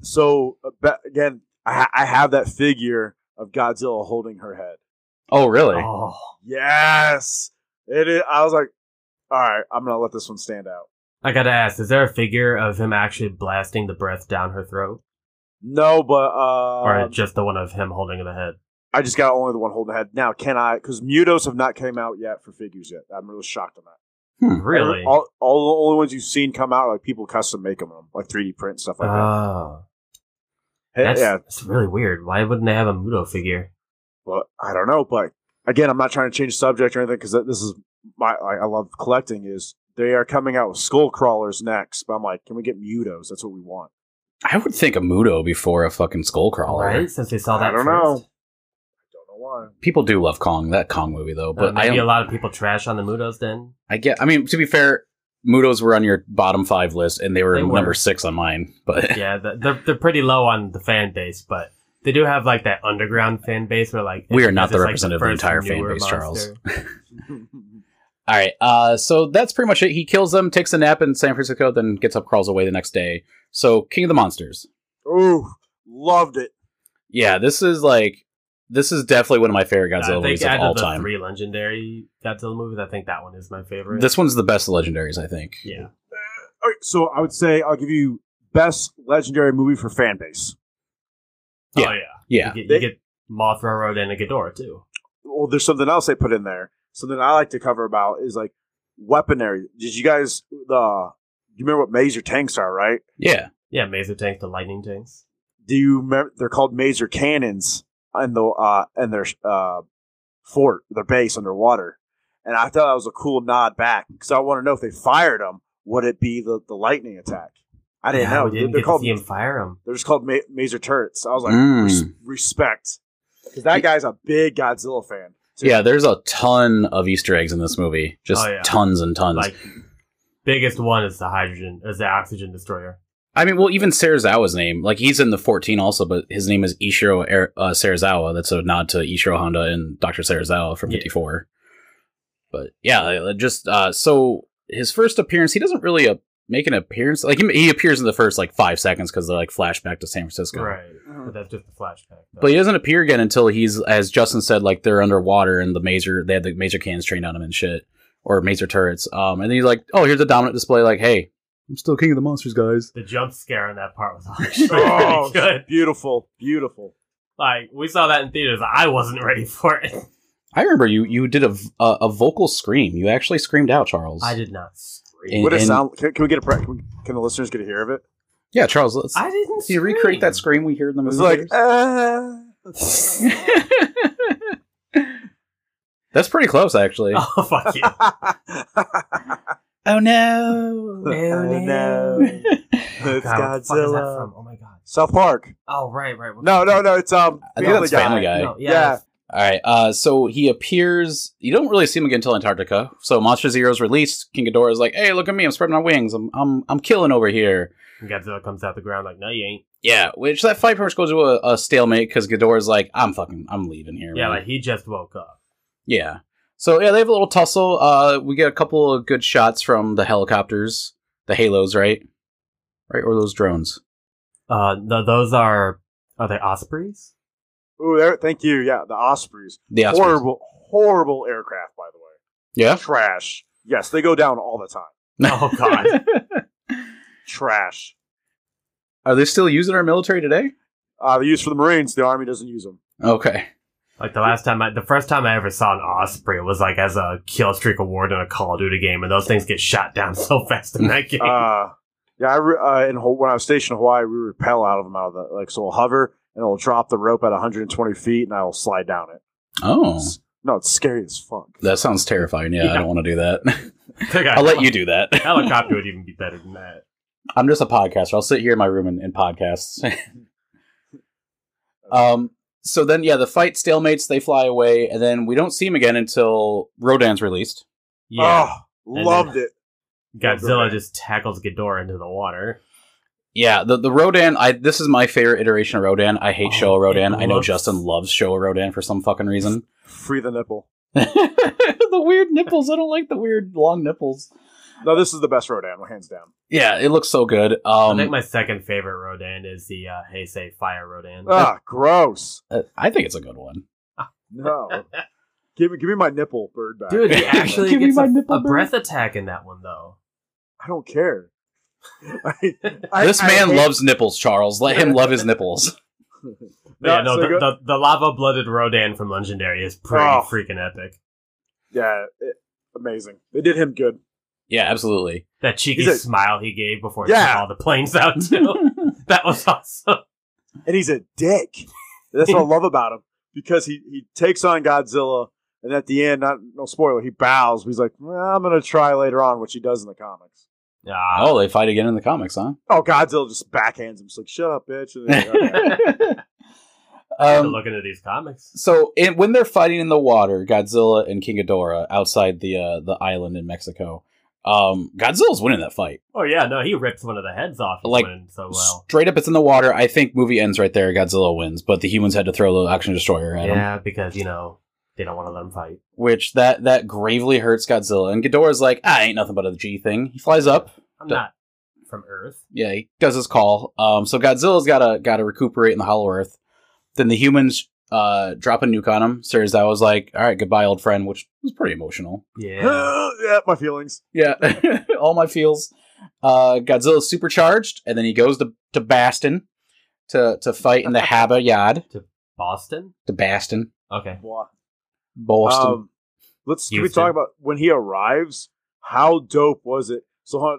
Speaker 4: so uh, ba- again, I, ha- I have that figure of Godzilla holding her head.
Speaker 1: oh, really?
Speaker 3: Oh.
Speaker 4: Yes, it is. I was like, all right, I'm gonna let this one stand out.
Speaker 3: I gotta ask, is there a figure of him actually blasting the breath down her throat?
Speaker 4: No, but uh,
Speaker 3: Or just the one of him holding the head?
Speaker 4: I just got only the one holding head. Now, can I? Because Mutos have not came out yet for figures yet. I'm really shocked on that.
Speaker 3: Really?
Speaker 4: All, all the only ones you've seen come out are like people custom make them, like 3D print and stuff like
Speaker 3: oh,
Speaker 4: that.
Speaker 3: that's,
Speaker 4: yeah,
Speaker 3: that's really weird. Why wouldn't they have a Muto figure?
Speaker 4: well, I don't know, but again, I'm not trying to change the subject or anything because this is my I, I love collecting. Is they are coming out with skull crawlers next, but I'm like, can we get Mutos? That's what we want.
Speaker 1: I would think a Muto before a fucking Skullcrawler.
Speaker 3: Right? Since they saw
Speaker 4: I
Speaker 3: that.
Speaker 4: don't
Speaker 3: first.
Speaker 4: know. I don't know why.
Speaker 1: People do love Kong, that Kong movie though,
Speaker 3: Uh,
Speaker 1: but I
Speaker 3: maybe a
Speaker 1: don't,
Speaker 3: lot of people trash on the Mutos then.
Speaker 1: I get. I mean, to be fair, Mutos were on your bottom five list, and they were
Speaker 3: They were.
Speaker 1: number six on mine. But
Speaker 3: yeah, the, they're they're pretty low on the fan base, but they do have like that underground fan base where like
Speaker 1: We are
Speaker 3: it's
Speaker 1: not the
Speaker 3: just,
Speaker 1: representative of the
Speaker 3: first
Speaker 1: entire fan
Speaker 3: newer
Speaker 1: base, Charles.
Speaker 3: monster.
Speaker 1: all right, uh, so that's pretty much it. He kills them, takes a nap in San Francisco, then gets up, crawls away the next day. So King of the Monsters.
Speaker 4: Ooh, loved it.
Speaker 1: Yeah, this is like this is definitely one of my favorite Godzilla
Speaker 3: I think
Speaker 1: movies of
Speaker 3: out
Speaker 1: all
Speaker 3: the
Speaker 1: time.
Speaker 3: three legendary Godzilla movies, I think that one is my favorite.
Speaker 1: This one's the best of legendaries, I think.
Speaker 3: yeah,
Speaker 4: All right, so I would say I'll give you best legendary movie for fan base.
Speaker 1: Yeah.
Speaker 3: oh yeah,
Speaker 1: Yeah,
Speaker 3: You get,
Speaker 4: They-
Speaker 3: you get Mothra, Rodan, and Ghidorah too.
Speaker 4: Well, there's something else they put in there. Something I like to cover about is like weaponry. Did you guys the? you remember what maze your tanks are, right?
Speaker 1: yeah.
Speaker 3: Yeah, Mazer tanks, the lightning tanks.
Speaker 4: Do you remember? They're called mazer cannons, and the uh, and their uh, fort, their base underwater. And I thought that was a cool nod back because I want to know if they fired them, would it be the, the lightning attack? I didn't
Speaker 3: Yeah,
Speaker 4: know.
Speaker 3: we didn't
Speaker 4: they're
Speaker 3: get
Speaker 4: called
Speaker 3: to see him fire him.
Speaker 4: they're just called ma- mazer turrets. I was like
Speaker 1: Mm.
Speaker 4: res- respect because that guy's a big Godzilla fan. So-
Speaker 1: Yeah, there's a ton of Easter eggs in this movie. Just
Speaker 3: Oh, yeah.
Speaker 1: tons and tons.
Speaker 3: Like biggest one is the hydrogen, is the oxygen destroyer.
Speaker 1: I mean, well, even Sarazawa's name, like he's in the 14 also, but his name is Ishiro er- uh, Sarazawa. That's a nod to Ishiro Honda and Dr. Sarazawa from
Speaker 3: Yeah.
Speaker 1: 54. But yeah, uh, just uh, so his first appearance, he doesn't really uh, make an appearance. Like he, he appears in the first like five seconds because they're like flashback to San Francisco.
Speaker 3: Right, but that's just the flashback. though.
Speaker 1: But he doesn't appear again until he's, as Justin said, like they're underwater and the mazer, they had the mazer cans trained on him and shit, or mazer turrets. Um, and then he's like, oh, here's the dominant display. Like, hey, I'm still king of the monsters, guys.
Speaker 3: the jump scare on that part was actually
Speaker 4: Oh,
Speaker 3: pretty good.
Speaker 4: beautiful, beautiful.
Speaker 3: Like we saw that in theaters. I wasn't ready for it.
Speaker 1: I remember you you did a v- a, a vocal scream. You actually screamed out, Charles.
Speaker 3: I did not
Speaker 1: And-
Speaker 3: scream.
Speaker 4: What a
Speaker 1: and-
Speaker 4: sound! Can, can we get a pre- can, we, can the listeners get a hear of it?
Speaker 1: Yeah, Charles. Let's.
Speaker 3: I didn't.
Speaker 1: can you recreate that scream we hear in the
Speaker 4: It's
Speaker 1: movie?
Speaker 4: like
Speaker 1: theaters?
Speaker 4: ah.
Speaker 1: That's pretty close, actually. Oh,
Speaker 3: Oh fuck you!
Speaker 4: "Ah."
Speaker 1: no!
Speaker 4: no!
Speaker 3: God, what the
Speaker 4: It's
Speaker 3: fuck is that
Speaker 4: Godzilla.
Speaker 3: from? Oh my god.
Speaker 4: South Park.
Speaker 3: Oh right, right.
Speaker 4: No, no, no. It's um.
Speaker 1: I think that's Family Guy.
Speaker 3: No, yeah.
Speaker 4: Yeah.
Speaker 3: that's-
Speaker 1: All right. Uh, so he appears. You don't really see him again until Antarctica. So Monster Zero's released. King Ghidorah's like, "Hey, look at me! I'm spreading my wings. I'm I'm I'm killing over here."
Speaker 3: And Godzilla comes out the ground like, no, you ain't.
Speaker 1: Yeah, which that fight first goes to a, a stalemate because Ghidorah's like, "I'm fucking, I'm leaving here."
Speaker 3: Yeah,
Speaker 1: man."
Speaker 3: like he just woke up.
Speaker 1: Yeah. So yeah, they have a little tussle. Uh, we get a couple of good shots from the helicopters, the halos, right? Right, or those drones?
Speaker 3: Uh, th- those are are they Ospreys?
Speaker 4: Ooh, there. Thank you. Yeah, the Ospreys.
Speaker 1: The Ospreys.
Speaker 4: horrible, horrible aircraft. By the way,
Speaker 1: Yeah.
Speaker 4: trash. Yes, they go down all the time.
Speaker 3: Oh god.
Speaker 4: Trash.
Speaker 1: Are they still using our military today?
Speaker 4: Uh, they're used for the Marines. The Army doesn't use them.
Speaker 1: Okay.
Speaker 3: Like the last time, I, the first time I ever saw an Osprey was like as a kill streak award in a Call of Duty game, and those things get shot down so fast in that game.
Speaker 4: Uh, yeah, I re- uh, in Ho- when I was stationed in Hawaii, we repel out of them out of the like so it'll hover and it'll drop the rope at 120 feet and I'll slide down it.
Speaker 1: Oh,
Speaker 4: No, it's scary as fuck.
Speaker 1: that sounds terrifying. Yeah, I
Speaker 3: Yeah.
Speaker 1: don't want to do that.
Speaker 3: They got-
Speaker 1: I'll let you do that.
Speaker 3: Helicopter would even be better than that.
Speaker 1: I'm just a podcaster. I'll sit here in my room and, and podcast. um. So then, yeah, the fight stalemates. They fly away, and then we don't see him again until Rodan's released.
Speaker 3: Yeah,
Speaker 4: Oh, loved it.
Speaker 3: Godzilla just tackles Ghidorah into the water.
Speaker 1: Yeah, the the Rodan. I this is my favorite iteration of Rodan. I hate
Speaker 3: Oh,
Speaker 1: Showa Rodan.
Speaker 3: it
Speaker 1: I know
Speaker 3: looks-
Speaker 1: Justin loves Showa Rodan for some fucking reason.
Speaker 4: Free the nipple.
Speaker 1: the weird nipples. I don't like the weird long nipples.
Speaker 4: No, this is the best Rodan, hands down.
Speaker 1: Yeah, it looks so good.
Speaker 3: I think
Speaker 1: Um,
Speaker 3: my second favorite Rodan is the uh, Heisei Fire Rodan.
Speaker 4: Ah, gross.
Speaker 1: uh, I think it's a good one.
Speaker 4: No. give me give me my nipple, bird back.
Speaker 3: Dude, he actually
Speaker 1: Give me
Speaker 3: gets
Speaker 1: my
Speaker 3: a,
Speaker 1: nipple
Speaker 3: a
Speaker 1: back.
Speaker 3: breath attack in that one though.
Speaker 4: I don't care. I- I-
Speaker 1: this
Speaker 4: I
Speaker 1: man
Speaker 4: hate-
Speaker 1: loves nipples, Charles. Let him love his nipples.
Speaker 3: But yeah,
Speaker 4: No,
Speaker 3: no,
Speaker 4: so
Speaker 3: the,
Speaker 4: go-
Speaker 3: the, the lava blooded Rodan from Legendary is pretty
Speaker 4: Oh.
Speaker 3: freaking epic.
Speaker 4: Yeah, it, amazing. They did him good.
Speaker 1: Yeah, absolutely.
Speaker 3: That cheeky
Speaker 4: He's a-
Speaker 3: smile he gave before
Speaker 4: Yeah.
Speaker 3: he took all the planes out too. that was awesome.
Speaker 4: and he's a dick. That's what I love about him because he he takes on Godzilla, and at the end, not no spoiler, he bows. But he's like, "Well, I'm gonna try later on, which he does in the comics.
Speaker 3: Ah.
Speaker 1: oh, they fight again in the comics, huh?
Speaker 4: Oh, Godzilla just backhands him. It's like, shut up, bitch. And then, okay.
Speaker 3: to
Speaker 1: um,
Speaker 3: look into these comics.
Speaker 1: so it, when they're fighting in the water, Godzilla and King Ghidorah outside the uh, the island in Mexico, um, Godzilla's winning that fight.
Speaker 3: Oh yeah, no, he ripped one of the heads off. He's
Speaker 1: Like,
Speaker 3: winning so well.
Speaker 1: Straight up, it's in the water. I think movie ends right there. Godzilla wins, but the humans had to throw the action destroyer at him.
Speaker 3: Yeah, because you know they don't want to let him fight.
Speaker 1: which that that gravely hurts Godzilla. And Ghidorah's like, I ain't nothing but a G thing. He flies up.
Speaker 3: I'm
Speaker 1: Duh.
Speaker 3: not from Earth.
Speaker 1: Yeah, he does his call. Um, so Godzilla's gotta gotta recuperate in the Hollow Earth. Then the humans uh drop a nuke on him. Serizawa was like, "All right, goodbye, old friend," which was pretty emotional.
Speaker 3: Yeah,
Speaker 4: yeah, my feelings.
Speaker 1: Yeah, all my feels. Uh, Godzilla's supercharged, and then he goes to to Baston to to fight in the Haba Yad
Speaker 3: Boston.
Speaker 1: to Baston,
Speaker 3: Okay.
Speaker 4: Blah.
Speaker 1: Boston.
Speaker 4: Um, let's can we
Speaker 3: Houston.
Speaker 4: talk about when he arrives? How dope was it? So, huh,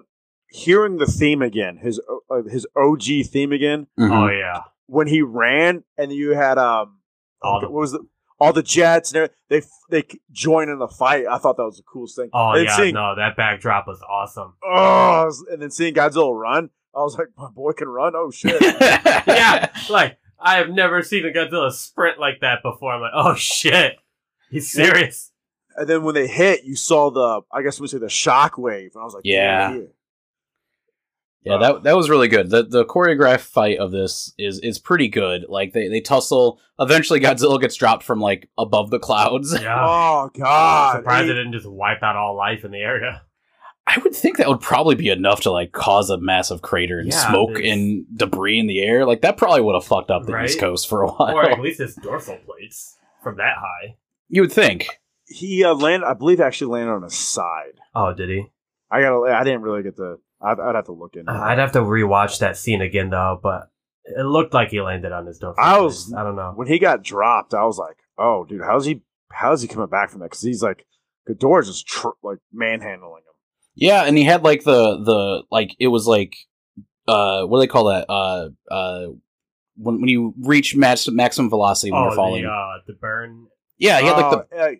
Speaker 4: hearing the theme again, his O- uh, his OG theme again.
Speaker 1: Mhm.
Speaker 3: Oh yeah.
Speaker 4: when he ran and you had um
Speaker 3: All
Speaker 4: all the,
Speaker 3: the-
Speaker 4: what was the all the jets and everything, they they c- join in the fight. I thought that was the coolest thing.
Speaker 3: Oh
Speaker 4: and
Speaker 3: yeah.
Speaker 4: seeing,
Speaker 3: No, that backdrop was awesome.
Speaker 4: oh, I was- and then seeing Godzilla run, I was like, my boy can run. Oh shit!
Speaker 3: yeah, like I have never seen a Godzilla sprint like that before. I'm like, oh shit, he's serious.
Speaker 4: and then when they hit, you saw the I guess we say the shock wave, and I was like,
Speaker 1: Yeah.
Speaker 4: dude,
Speaker 1: Yeah, that that was really good. The the choreographed fight of this is is pretty good. Like they, they tussle. Eventually Godzilla gets dropped from like above the clouds.
Speaker 3: Yeah,
Speaker 4: Oh god!
Speaker 3: surprised
Speaker 4: He-
Speaker 3: they didn't just wipe out all life in the area.
Speaker 1: I would think that would probably be enough to like cause a massive crater and
Speaker 3: Yeah,
Speaker 1: smoke
Speaker 3: it's-
Speaker 1: and debris in the air. Like that probably would have fucked up the
Speaker 3: Right?
Speaker 1: East Coast for a
Speaker 3: or at
Speaker 1: while.
Speaker 3: least his dorsal plates from that high.
Speaker 1: you would think.
Speaker 4: he uh, landed, I believe, actually landed on his side.
Speaker 3: Oh, did he?
Speaker 4: I got. I didn't really get the. I'd, I'd have to look into.
Speaker 3: Uh,
Speaker 4: it.
Speaker 3: I'd have to rewatch that scene again though, but it looked like he landed on his dorsal.
Speaker 4: I was-
Speaker 3: plates. I don't know.
Speaker 4: when he got dropped, I was like, "Oh, dude, how's he? How's he coming back from that?" Because he's like, Ghidorah's just tr- like manhandling him.
Speaker 1: Yeah, and he had like the the like it was like uh what do they call that? Uh uh when when you reach max, maximum velocity when you're
Speaker 3: Oh,
Speaker 1: falling.
Speaker 3: the, uh, the burn.
Speaker 1: yeah, he had like the
Speaker 4: Oh, eh,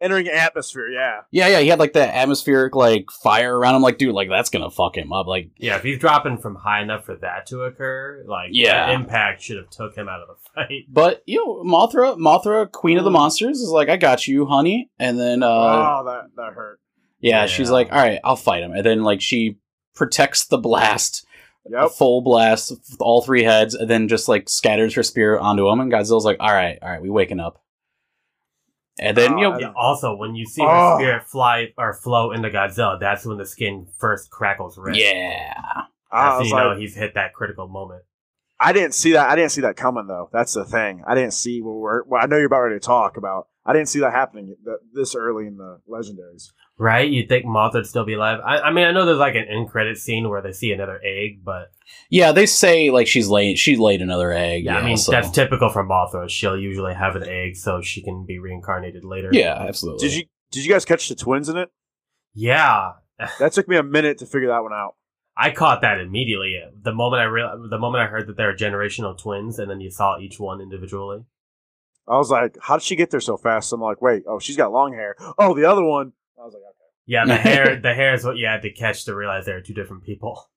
Speaker 4: entering atmosphere. Yeah,
Speaker 1: Yeah, yeah, he had like that atmospheric like fire around him. Like, dude, like that's gonna fuck him up. Like,
Speaker 3: Yeah, if he's dropping from high enough for that to occur, like
Speaker 1: Yeah.
Speaker 3: that impact should have took him out of the fight.
Speaker 1: but you know, Mothra, Mothra, Queen of the
Speaker 4: Mm.
Speaker 1: Monsters, is like, I got you, honey. And then, uh,
Speaker 4: oh, that that hurt.
Speaker 1: yeah,
Speaker 3: yeah.
Speaker 1: she's like, all right, I'll fight him. And then like she protects the blast,
Speaker 4: Yep.
Speaker 1: full blast, with all three heads, and then just like scatters her spear onto him. And Godzilla's like, all right, all right, we waking up. And then you
Speaker 4: Oh,
Speaker 1: know,
Speaker 4: yeah.
Speaker 3: Yeah, also, when you see her
Speaker 4: Oh.
Speaker 3: spirit fly or flow into Godzilla, that's when the skin first crackles red.
Speaker 1: yeah,
Speaker 4: I
Speaker 3: That's when
Speaker 4: was
Speaker 3: you know
Speaker 4: like,
Speaker 3: he's hit that critical moment.
Speaker 4: I didn't see that. I didn't see that coming though. That's the thing. I didn't see what we're. Well, I know you're about ready to talk about. I didn't see that happening that, this early in the legendaries.
Speaker 3: Right? You'd think Motha'd still be alive. I, I mean, I know there's like an end credit scene where they see another egg, but
Speaker 1: yeah. They say like she's laid, she laid another egg.
Speaker 3: yeah,
Speaker 1: Yeah,
Speaker 3: I mean,
Speaker 1: so-
Speaker 3: that's typical for Mothra. She'll usually have an egg so she can be reincarnated later.
Speaker 1: yeah, absolutely.
Speaker 4: Did you Did you guys catch the twins in it?
Speaker 3: Yeah.
Speaker 4: That took me a minute to figure that one out.
Speaker 3: I caught that immediately. The moment I real, the moment I heard that they're generational twins, and then you saw each one individually.
Speaker 4: I was like, how did she get there so fast? I'm like, wait, oh, she's got long hair. Oh, the other one. I was like, okay.
Speaker 3: Yeah, the hair, the hair is what you had to catch to realize they're two different people.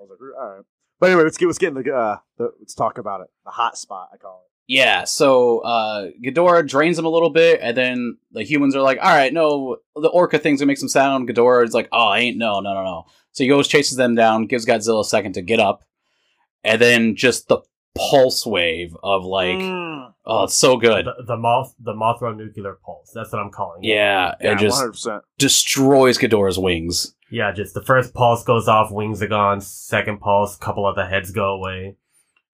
Speaker 4: I was like, all right. But anyway, let's get let's get in the, uh, the let's talk about it. The hot spot, I call it.
Speaker 1: Yeah, so uh Ghidorah drains him a little bit, and then the humans are like, "All right, no, the orca thing's gonna make some sound." Ghidorah is like, "Oh, I ain't no, no, no, no." So he goes, chases them down, gives Godzilla a second to get up, and then just the pulse wave of like,
Speaker 4: Mm.
Speaker 1: oh, it's so good.
Speaker 3: The, the moth, the Mothra nuclear pulse. That's what I'm calling it.
Speaker 1: Yeah,
Speaker 4: yeah,
Speaker 1: it just
Speaker 4: 100%.
Speaker 1: destroys Ghidorah's wings.
Speaker 3: yeah. Just the first pulse goes off, wings are gone. Second pulse, couple of the heads go away.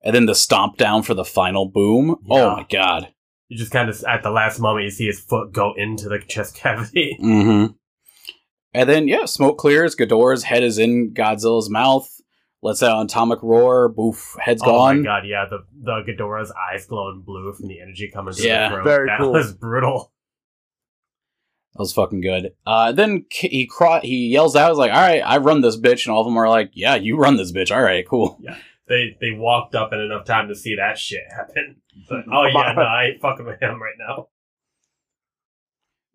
Speaker 1: And then the stomp down for the final boom.
Speaker 3: Yeah.
Speaker 1: Oh my god.
Speaker 3: You just kind of at the last moment you see his foot go into the chest cavity.
Speaker 1: Mm-hmm. And then yeah, smoke clears. Ghidorah's head is in Godzilla's mouth. lets out an atomic roar, boof, head's
Speaker 3: oh
Speaker 1: gone.
Speaker 3: my god, yeah, the the Ghidorah's eyes glowing blue from the energy coming through
Speaker 1: Yeah.
Speaker 3: the throat.
Speaker 4: Very
Speaker 3: that
Speaker 4: cool.
Speaker 3: was brutal.
Speaker 1: That was fucking good. Uh, then K- he cro- he yells out, he's like, all right, I run this bitch. And all of them are like, yeah, you run this bitch. All right, cool.
Speaker 3: They they walked up in enough time to see that shit happen. But, oh yeah, no, I ain't fucking with him right now.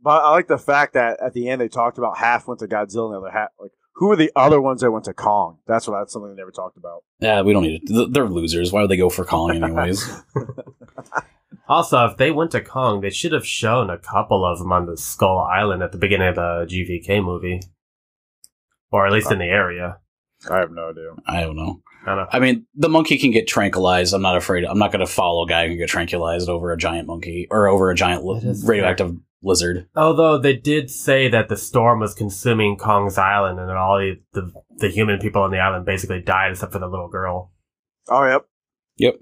Speaker 4: But I like the fact that at the end they talked about half went to Godzilla and the other half like who are the other ones that went to Kong? That's what that's something they never talked about.
Speaker 1: Yeah, we don't need it. Th- They're losers. Why would they go for Kong anyways?
Speaker 3: Also, if they went to Kong, they should have shown a couple of them on the Skull Island at the beginning of the GVK movie, or at least in the area.
Speaker 4: I have no idea.
Speaker 1: I don't know.
Speaker 3: I don't know.
Speaker 1: I mean, the monkey can get tranquilized. I'm not afraid. I'm not going to follow a guy who can get tranquilized over a giant monkey or over a giant li-
Speaker 3: That is
Speaker 1: radioactive lizard.
Speaker 3: Although they did say that the storm was consuming Kong's island, and that all the, the the human people on the island basically died except for the little girl,
Speaker 4: Oh yep.
Speaker 1: Yep.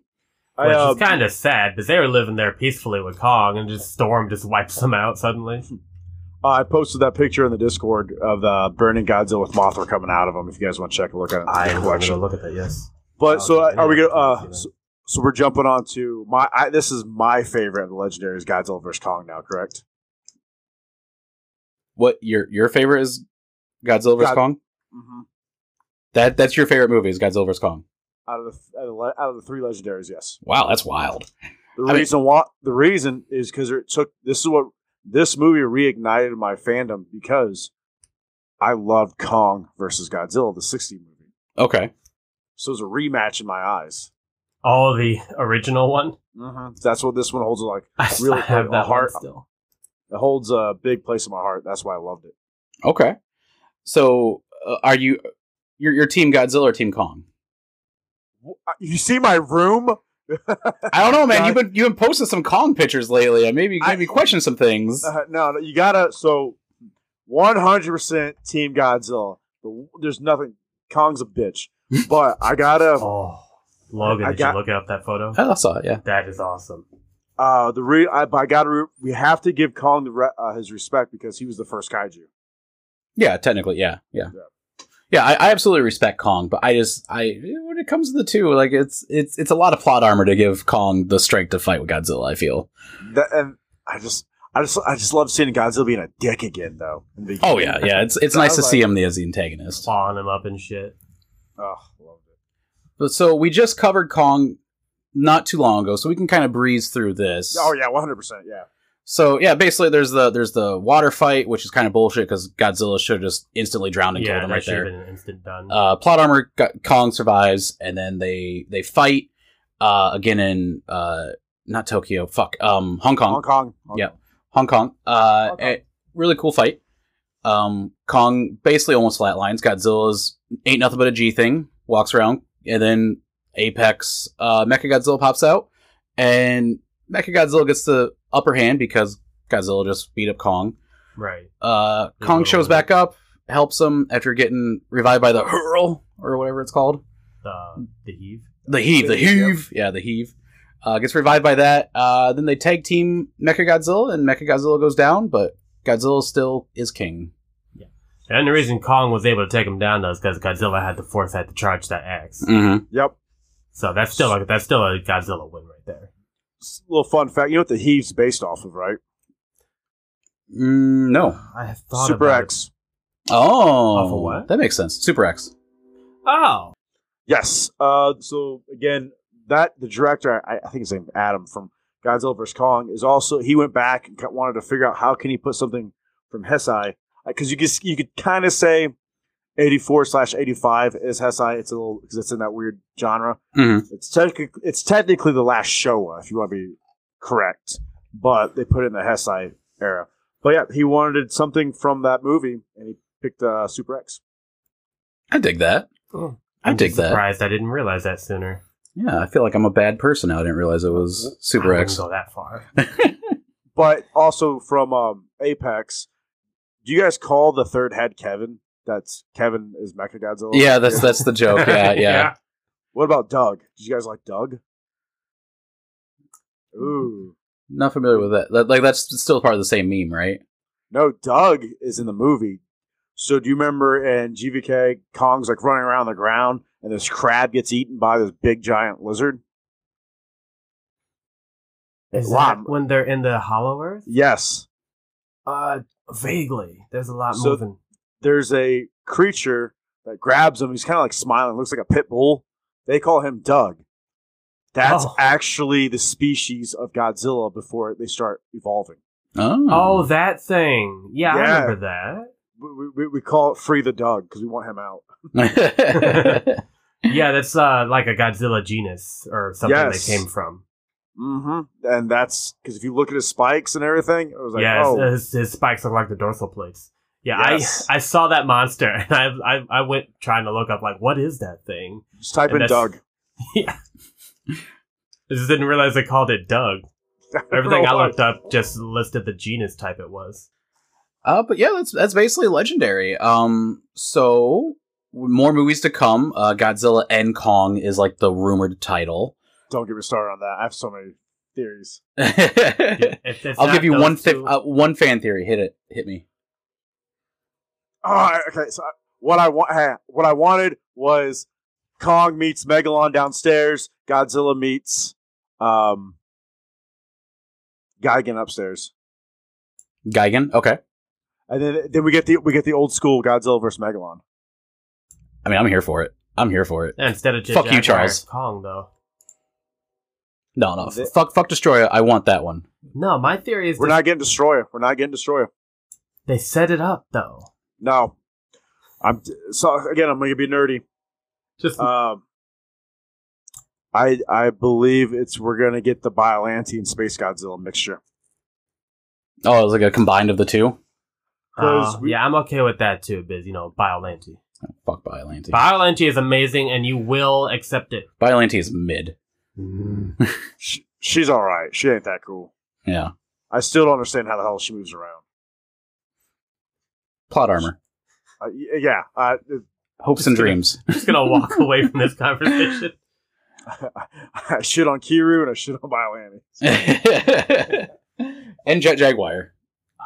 Speaker 4: I,
Speaker 3: which
Speaker 4: uh,
Speaker 3: is kind of sad because they were living there peacefully with Kong, and just storm just wipes them out suddenly.
Speaker 4: Uh, I posted that picture in the Discord of the burning Godzilla with Mothra coming out of him. If you guys want to check a look at it,
Speaker 3: I
Speaker 4: it's a
Speaker 3: am going to
Speaker 4: collection.
Speaker 3: look at that. Yes.
Speaker 4: But so
Speaker 3: Okay,
Speaker 4: uh, are we
Speaker 3: yeah,
Speaker 4: gonna? Uh,
Speaker 3: yeah.
Speaker 4: so, so we're jumping on to my. I, this is my favorite of the legendaries, Godzilla vs Kong. Now, correct?
Speaker 1: What your your favorite is Godzilla vs
Speaker 4: God-
Speaker 1: Kong?
Speaker 4: Mm-hmm.
Speaker 1: That that's your favorite movie is Godzilla vs Kong.
Speaker 4: Out of the th- out of the le- out of the three legendaries, yes.
Speaker 1: Wow, that's wild.
Speaker 4: The
Speaker 1: I mean-
Speaker 4: reason why the reason is because it took this is what this movie reignited my fandom because I loved Kong versus Godzilla, the '60 movie.
Speaker 1: Okay.
Speaker 4: So it was a rematch in my eyes.
Speaker 3: Oh, the original one.
Speaker 4: Mm-hmm. That's what this one holds like.
Speaker 3: I still
Speaker 4: Really,
Speaker 3: have
Speaker 4: a
Speaker 3: that
Speaker 4: heart-
Speaker 3: one still.
Speaker 4: It holds a big place in my heart. That's why I loved it.
Speaker 1: Okay. So uh, are you your your team Godzilla or team Kong?
Speaker 4: Wh- uh, You see my room?
Speaker 1: I don't know, man. You've been you've been posting some Kong pictures lately. and Maybe
Speaker 4: I-
Speaker 1: maybe question some things.
Speaker 4: Uh, no, no, you gotta. So, one hundred percent Team Godzilla. The- There's nothing. Kong's a bitch, but I gotta.
Speaker 3: Oh, Logan,
Speaker 4: I
Speaker 3: did
Speaker 4: got-
Speaker 3: you look up that photo?
Speaker 1: I saw it. Yeah.
Speaker 3: That is awesome.
Speaker 4: Uh, the re- I, but I gotta. Re- we have to give Kong the re- uh, his respect because he was the first kaiju.
Speaker 1: Yeah, technically, yeah, yeah,
Speaker 4: Yeah.
Speaker 1: yeah. I, I absolutely respect Kong, but I just, I when it comes to the two, like it's it's it's a lot of plot armor to give Kong the strength to fight with Godzilla. I feel.
Speaker 4: That, and I just, I just, I just love seeing Godzilla being a dick again, though. in the
Speaker 1: Oh
Speaker 4: beginning.
Speaker 1: yeah, yeah. It's it's
Speaker 4: I
Speaker 1: nice to
Speaker 4: like-
Speaker 1: see him as the antagonist.
Speaker 3: Clawing him up and shit.
Speaker 4: Oh, loved it.
Speaker 1: But so we just covered Kong not too long ago, so we can kind of breeze through this.
Speaker 4: Oh yeah, one hundred percent. Yeah.
Speaker 1: So yeah, basically there's the there's the water fight, which is kind of bullshit because Godzilla should have just instantly drowned and
Speaker 3: yeah,
Speaker 1: killed him
Speaker 3: that
Speaker 1: right
Speaker 3: should
Speaker 1: there.
Speaker 3: have been an instant done.
Speaker 1: uh, plot armor Go- Kong survives, and then they they fight uh, again in uh, not Tokyo, fuck, um, Hong Kong,
Speaker 4: Hong Kong. Hong
Speaker 1: Yeah. Hong Kong. Uh,
Speaker 4: Hong Kong.
Speaker 1: eh, really cool fight. Um, Kong basically almost flatlines. Godzilla's ain't nothing but a G thing. Walks around, and then Apex uh, Mecha Godzilla pops out, and Mecha Godzilla gets the upper hand because Godzilla just beat up Kong.
Speaker 3: right.
Speaker 1: Uh,
Speaker 3: Yeah,
Speaker 1: Kong
Speaker 3: little
Speaker 1: shows
Speaker 3: one.
Speaker 1: back up, helps him after getting revived by the hurl or whatever it's called.
Speaker 3: The, uh, the heave.
Speaker 1: The heave, the
Speaker 4: Yeah.
Speaker 1: heave. Yeah, the heave. Uh, gets revived by that. Uh, then they tag team Mechagodzilla, and Mechagodzilla goes down, but Godzilla still is king.
Speaker 3: And the reason Kong was able to take him down though is because Godzilla had the foresight to charge that axe.
Speaker 1: Mm-hmm.
Speaker 4: Kong. Yep.
Speaker 3: So that's still like that's still a Godzilla win right there.
Speaker 4: S- Little fun fact. You know what the heave's based off of, right?
Speaker 1: Mm, no.
Speaker 3: I have thought
Speaker 4: Super
Speaker 3: about
Speaker 4: X.
Speaker 1: Oh,
Speaker 3: of what?
Speaker 1: that makes sense. Super X.
Speaker 3: It. Oh,
Speaker 4: Yes. Uh, so again, that the director, I, I think his name is Adam from Godzilla vs Kong, is also he went back and got, wanted to figure out how can he put something from Hesai because you could s- you could kind of say eighty four slash eighty five is Hesai. It's a little because it's in that weird genre.
Speaker 1: Mhm.
Speaker 4: It's technically it's technically the last Showa if you want to be correct, but they put it in the Hesai era. But yeah, he wanted something from that movie, and he picked uh, Super X.
Speaker 1: I dig that. I
Speaker 3: Hmm. I'm
Speaker 1: dig
Speaker 3: just
Speaker 1: that.
Speaker 3: Surprised I didn't realize that sooner.
Speaker 1: Yeah, I feel like I'm a bad person now. I didn't realize it was Super
Speaker 3: I
Speaker 1: X.
Speaker 3: Wouldn't go that far.
Speaker 4: but also from um, Apex. Do you guys call the third head Kevin? That's Kevin is Mechagodzilla.
Speaker 1: Yeah, that's that's the joke. Yeah, yeah.
Speaker 4: What about Doug? Did you guys like Doug? Ooh,
Speaker 1: Not familiar with that. That- Like that's still part of the same meme, right?
Speaker 4: no, Doug is in the movie. So do you remember in GVK Kong's like running around the ground and this crab gets eaten by this big giant lizard.
Speaker 3: Is
Speaker 4: Wow.
Speaker 3: that when they're in the Hollow Earth?
Speaker 4: Yes,
Speaker 3: Uh, vaguely. There's a lot
Speaker 4: So-
Speaker 3: moving.
Speaker 4: there's a creature that grabs him. He's kind of like smiling, looks like a pit bull. They call him Doug. That's
Speaker 3: Oh.
Speaker 4: actually the species of Godzilla before they start evolving.
Speaker 1: Oh.
Speaker 3: Oh, that thing. Yeah, I
Speaker 4: Yeah.
Speaker 3: remember that.
Speaker 4: We, we, we call it Free the Doug because we want him out.
Speaker 3: Yeah, that's uh, like a Godzilla genus or something
Speaker 4: Yes.
Speaker 3: they came from.
Speaker 4: hmm And that's because if you look at his spikes and everything, it was like,
Speaker 3: Mm-hmm. yeah, uh,
Speaker 4: oh,
Speaker 3: his, his, his spikes look like the dorsal plates. Yeah,
Speaker 4: Yes.
Speaker 3: I I saw that monster and I, I I went trying to look up like what is that thing?
Speaker 4: just type
Speaker 3: and
Speaker 4: in
Speaker 3: that's-
Speaker 4: Doug.
Speaker 3: I just didn't realize they called it Doug. Everything I
Speaker 4: Bro,
Speaker 3: looked up just listed the genus type it was.
Speaker 1: Uh, but yeah, that's that's basically legendary. Um, so more movies to come. Uh, Godzilla and Kong is like the rumored title.
Speaker 4: Don't get me started on that. I have so many theories.
Speaker 3: If it's
Speaker 1: I'll
Speaker 3: not
Speaker 1: give you
Speaker 3: those
Speaker 1: one fi-
Speaker 3: two-
Speaker 1: uh, one fan theory. Hit it. Hit me.
Speaker 4: Oh, I- okay. So I, what I want, eh, what I wanted was Kong meets Megalon downstairs. Godzilla meets um, Gigan upstairs,
Speaker 1: Gigan. Okay.
Speaker 4: and then then we get the we get the old school Godzilla versus Megalon.
Speaker 1: I mean, I'm here for it. I'm here for it.
Speaker 3: instead of Jin
Speaker 1: Fuck you,
Speaker 3: Jaguar,
Speaker 1: Charles.
Speaker 3: it's Kong though.
Speaker 1: No, no.
Speaker 4: Th-
Speaker 1: F- fuck, fuck Destroyer. I want that one.
Speaker 3: No, my theory is
Speaker 4: We're
Speaker 3: that
Speaker 4: not getting Destroyer. We're not getting Destroyer.
Speaker 3: they set it up though.
Speaker 4: No, I'm so again. I'm gonna be nerdy.
Speaker 3: Just
Speaker 4: Um, I I believe it's we're gonna get the Biollante and Space Godzilla mixture.
Speaker 1: Oh, it was like a combined of the two.
Speaker 4: because
Speaker 3: uh,
Speaker 4: we-
Speaker 3: yeah, I'm okay with that too. Biz, you know, Biolante.
Speaker 1: Fuck Biolante.
Speaker 3: Biolante is amazing, and you will accept it.
Speaker 1: Biolante is mid. Mm.
Speaker 4: Sh she's all right. She ain't that cool.
Speaker 1: Yeah.
Speaker 4: I still don't understand how the hell she moves around.
Speaker 1: Plot armor.
Speaker 4: Uh, y- yeah, uh,
Speaker 1: Hopes and dreams.
Speaker 3: I'm just gonna walk away from this conversation.
Speaker 4: I shit on Kiru and I shit on Biolante.
Speaker 1: and Jet Jaguar.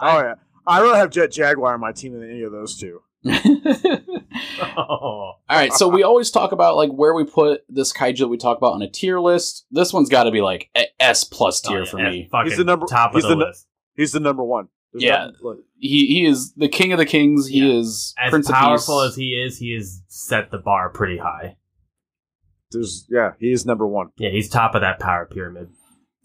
Speaker 4: Oh yeah, I don't have Jet Jaguar on my team than any of those two.
Speaker 3: Oh,
Speaker 1: All right, so we always talk about like where we put this kaiju that we talk about on a tier list. This one's got to be like a S plus tier
Speaker 3: oh,
Speaker 1: for
Speaker 3: yeah,
Speaker 1: me.
Speaker 3: Fucking
Speaker 4: He's the number-
Speaker 3: top
Speaker 4: he's
Speaker 3: of the,
Speaker 4: the nu-
Speaker 3: list.
Speaker 4: He's the number one.
Speaker 1: Yeah.
Speaker 4: not- look,
Speaker 1: He he is the king of the kings. He is
Speaker 3: As
Speaker 1: prince
Speaker 3: powerful
Speaker 1: of
Speaker 3: as he is, he has set the bar pretty high.
Speaker 4: there's yeah, he is number one.
Speaker 3: Yeah, he's top of that power pyramid.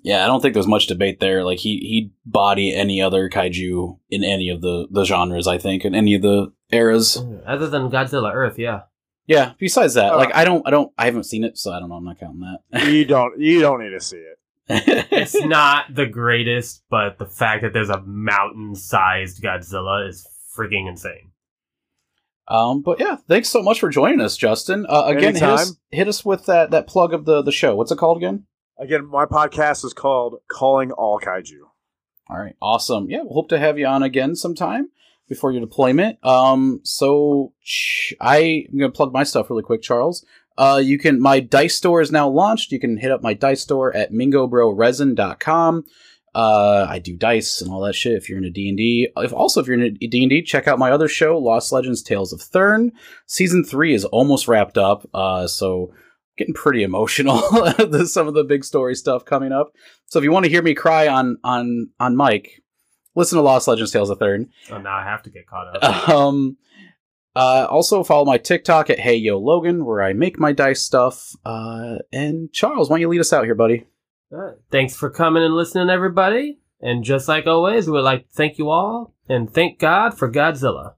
Speaker 1: yeah, I don't think there's much debate there. Like he he'd body any other kaiju in any of the the genres. I think in any of the eras.
Speaker 3: Other than Godzilla Earth, yeah.
Speaker 1: Yeah. Besides that,
Speaker 4: Uh,
Speaker 1: like I don't I don't I haven't seen it, so I don't know. I'm not counting that.
Speaker 4: You don't you don't need to see it.
Speaker 3: It's not the greatest, but the fact that there's a mountain sized Godzilla is freaking insane.
Speaker 1: Um, but yeah, thanks so much for joining us, Justin. Uh, again, hit us,
Speaker 4: Anytime.
Speaker 1: hit us with that that plug of the the show. What's it called again?
Speaker 4: Again, my podcast is called "Calling All Kaiju."
Speaker 1: All right, awesome. Yeah, we'll hope to have you on again sometime before your deployment. Um, so ch- I- I'm gonna plug my stuff really quick, Charles. Uh, you can my dice store is now launched. You can hit up my dice store at mingobroresin.com. Uh, I do dice and all that shit. If you're into D and D, if also if you're into D and D, check out my other show, Lost Legends: Tales of Thurn. Season three is almost wrapped up. Uh, so getting pretty emotional. There's some of the big story stuff coming up. So if you want to hear me cry on on on mic, listen to Lost Legends Tales of Third.
Speaker 3: So Oh, now I have to get caught up.
Speaker 1: Um, uh, also follow my TikTok at Hey Yo Logan, where I make my dice stuff. Uh, and Charles, why don't you lead us out here, buddy?
Speaker 3: Alright, Thanks for coming and listening, everybody. And just like always, we would like to thank you all and thank God for Godzilla.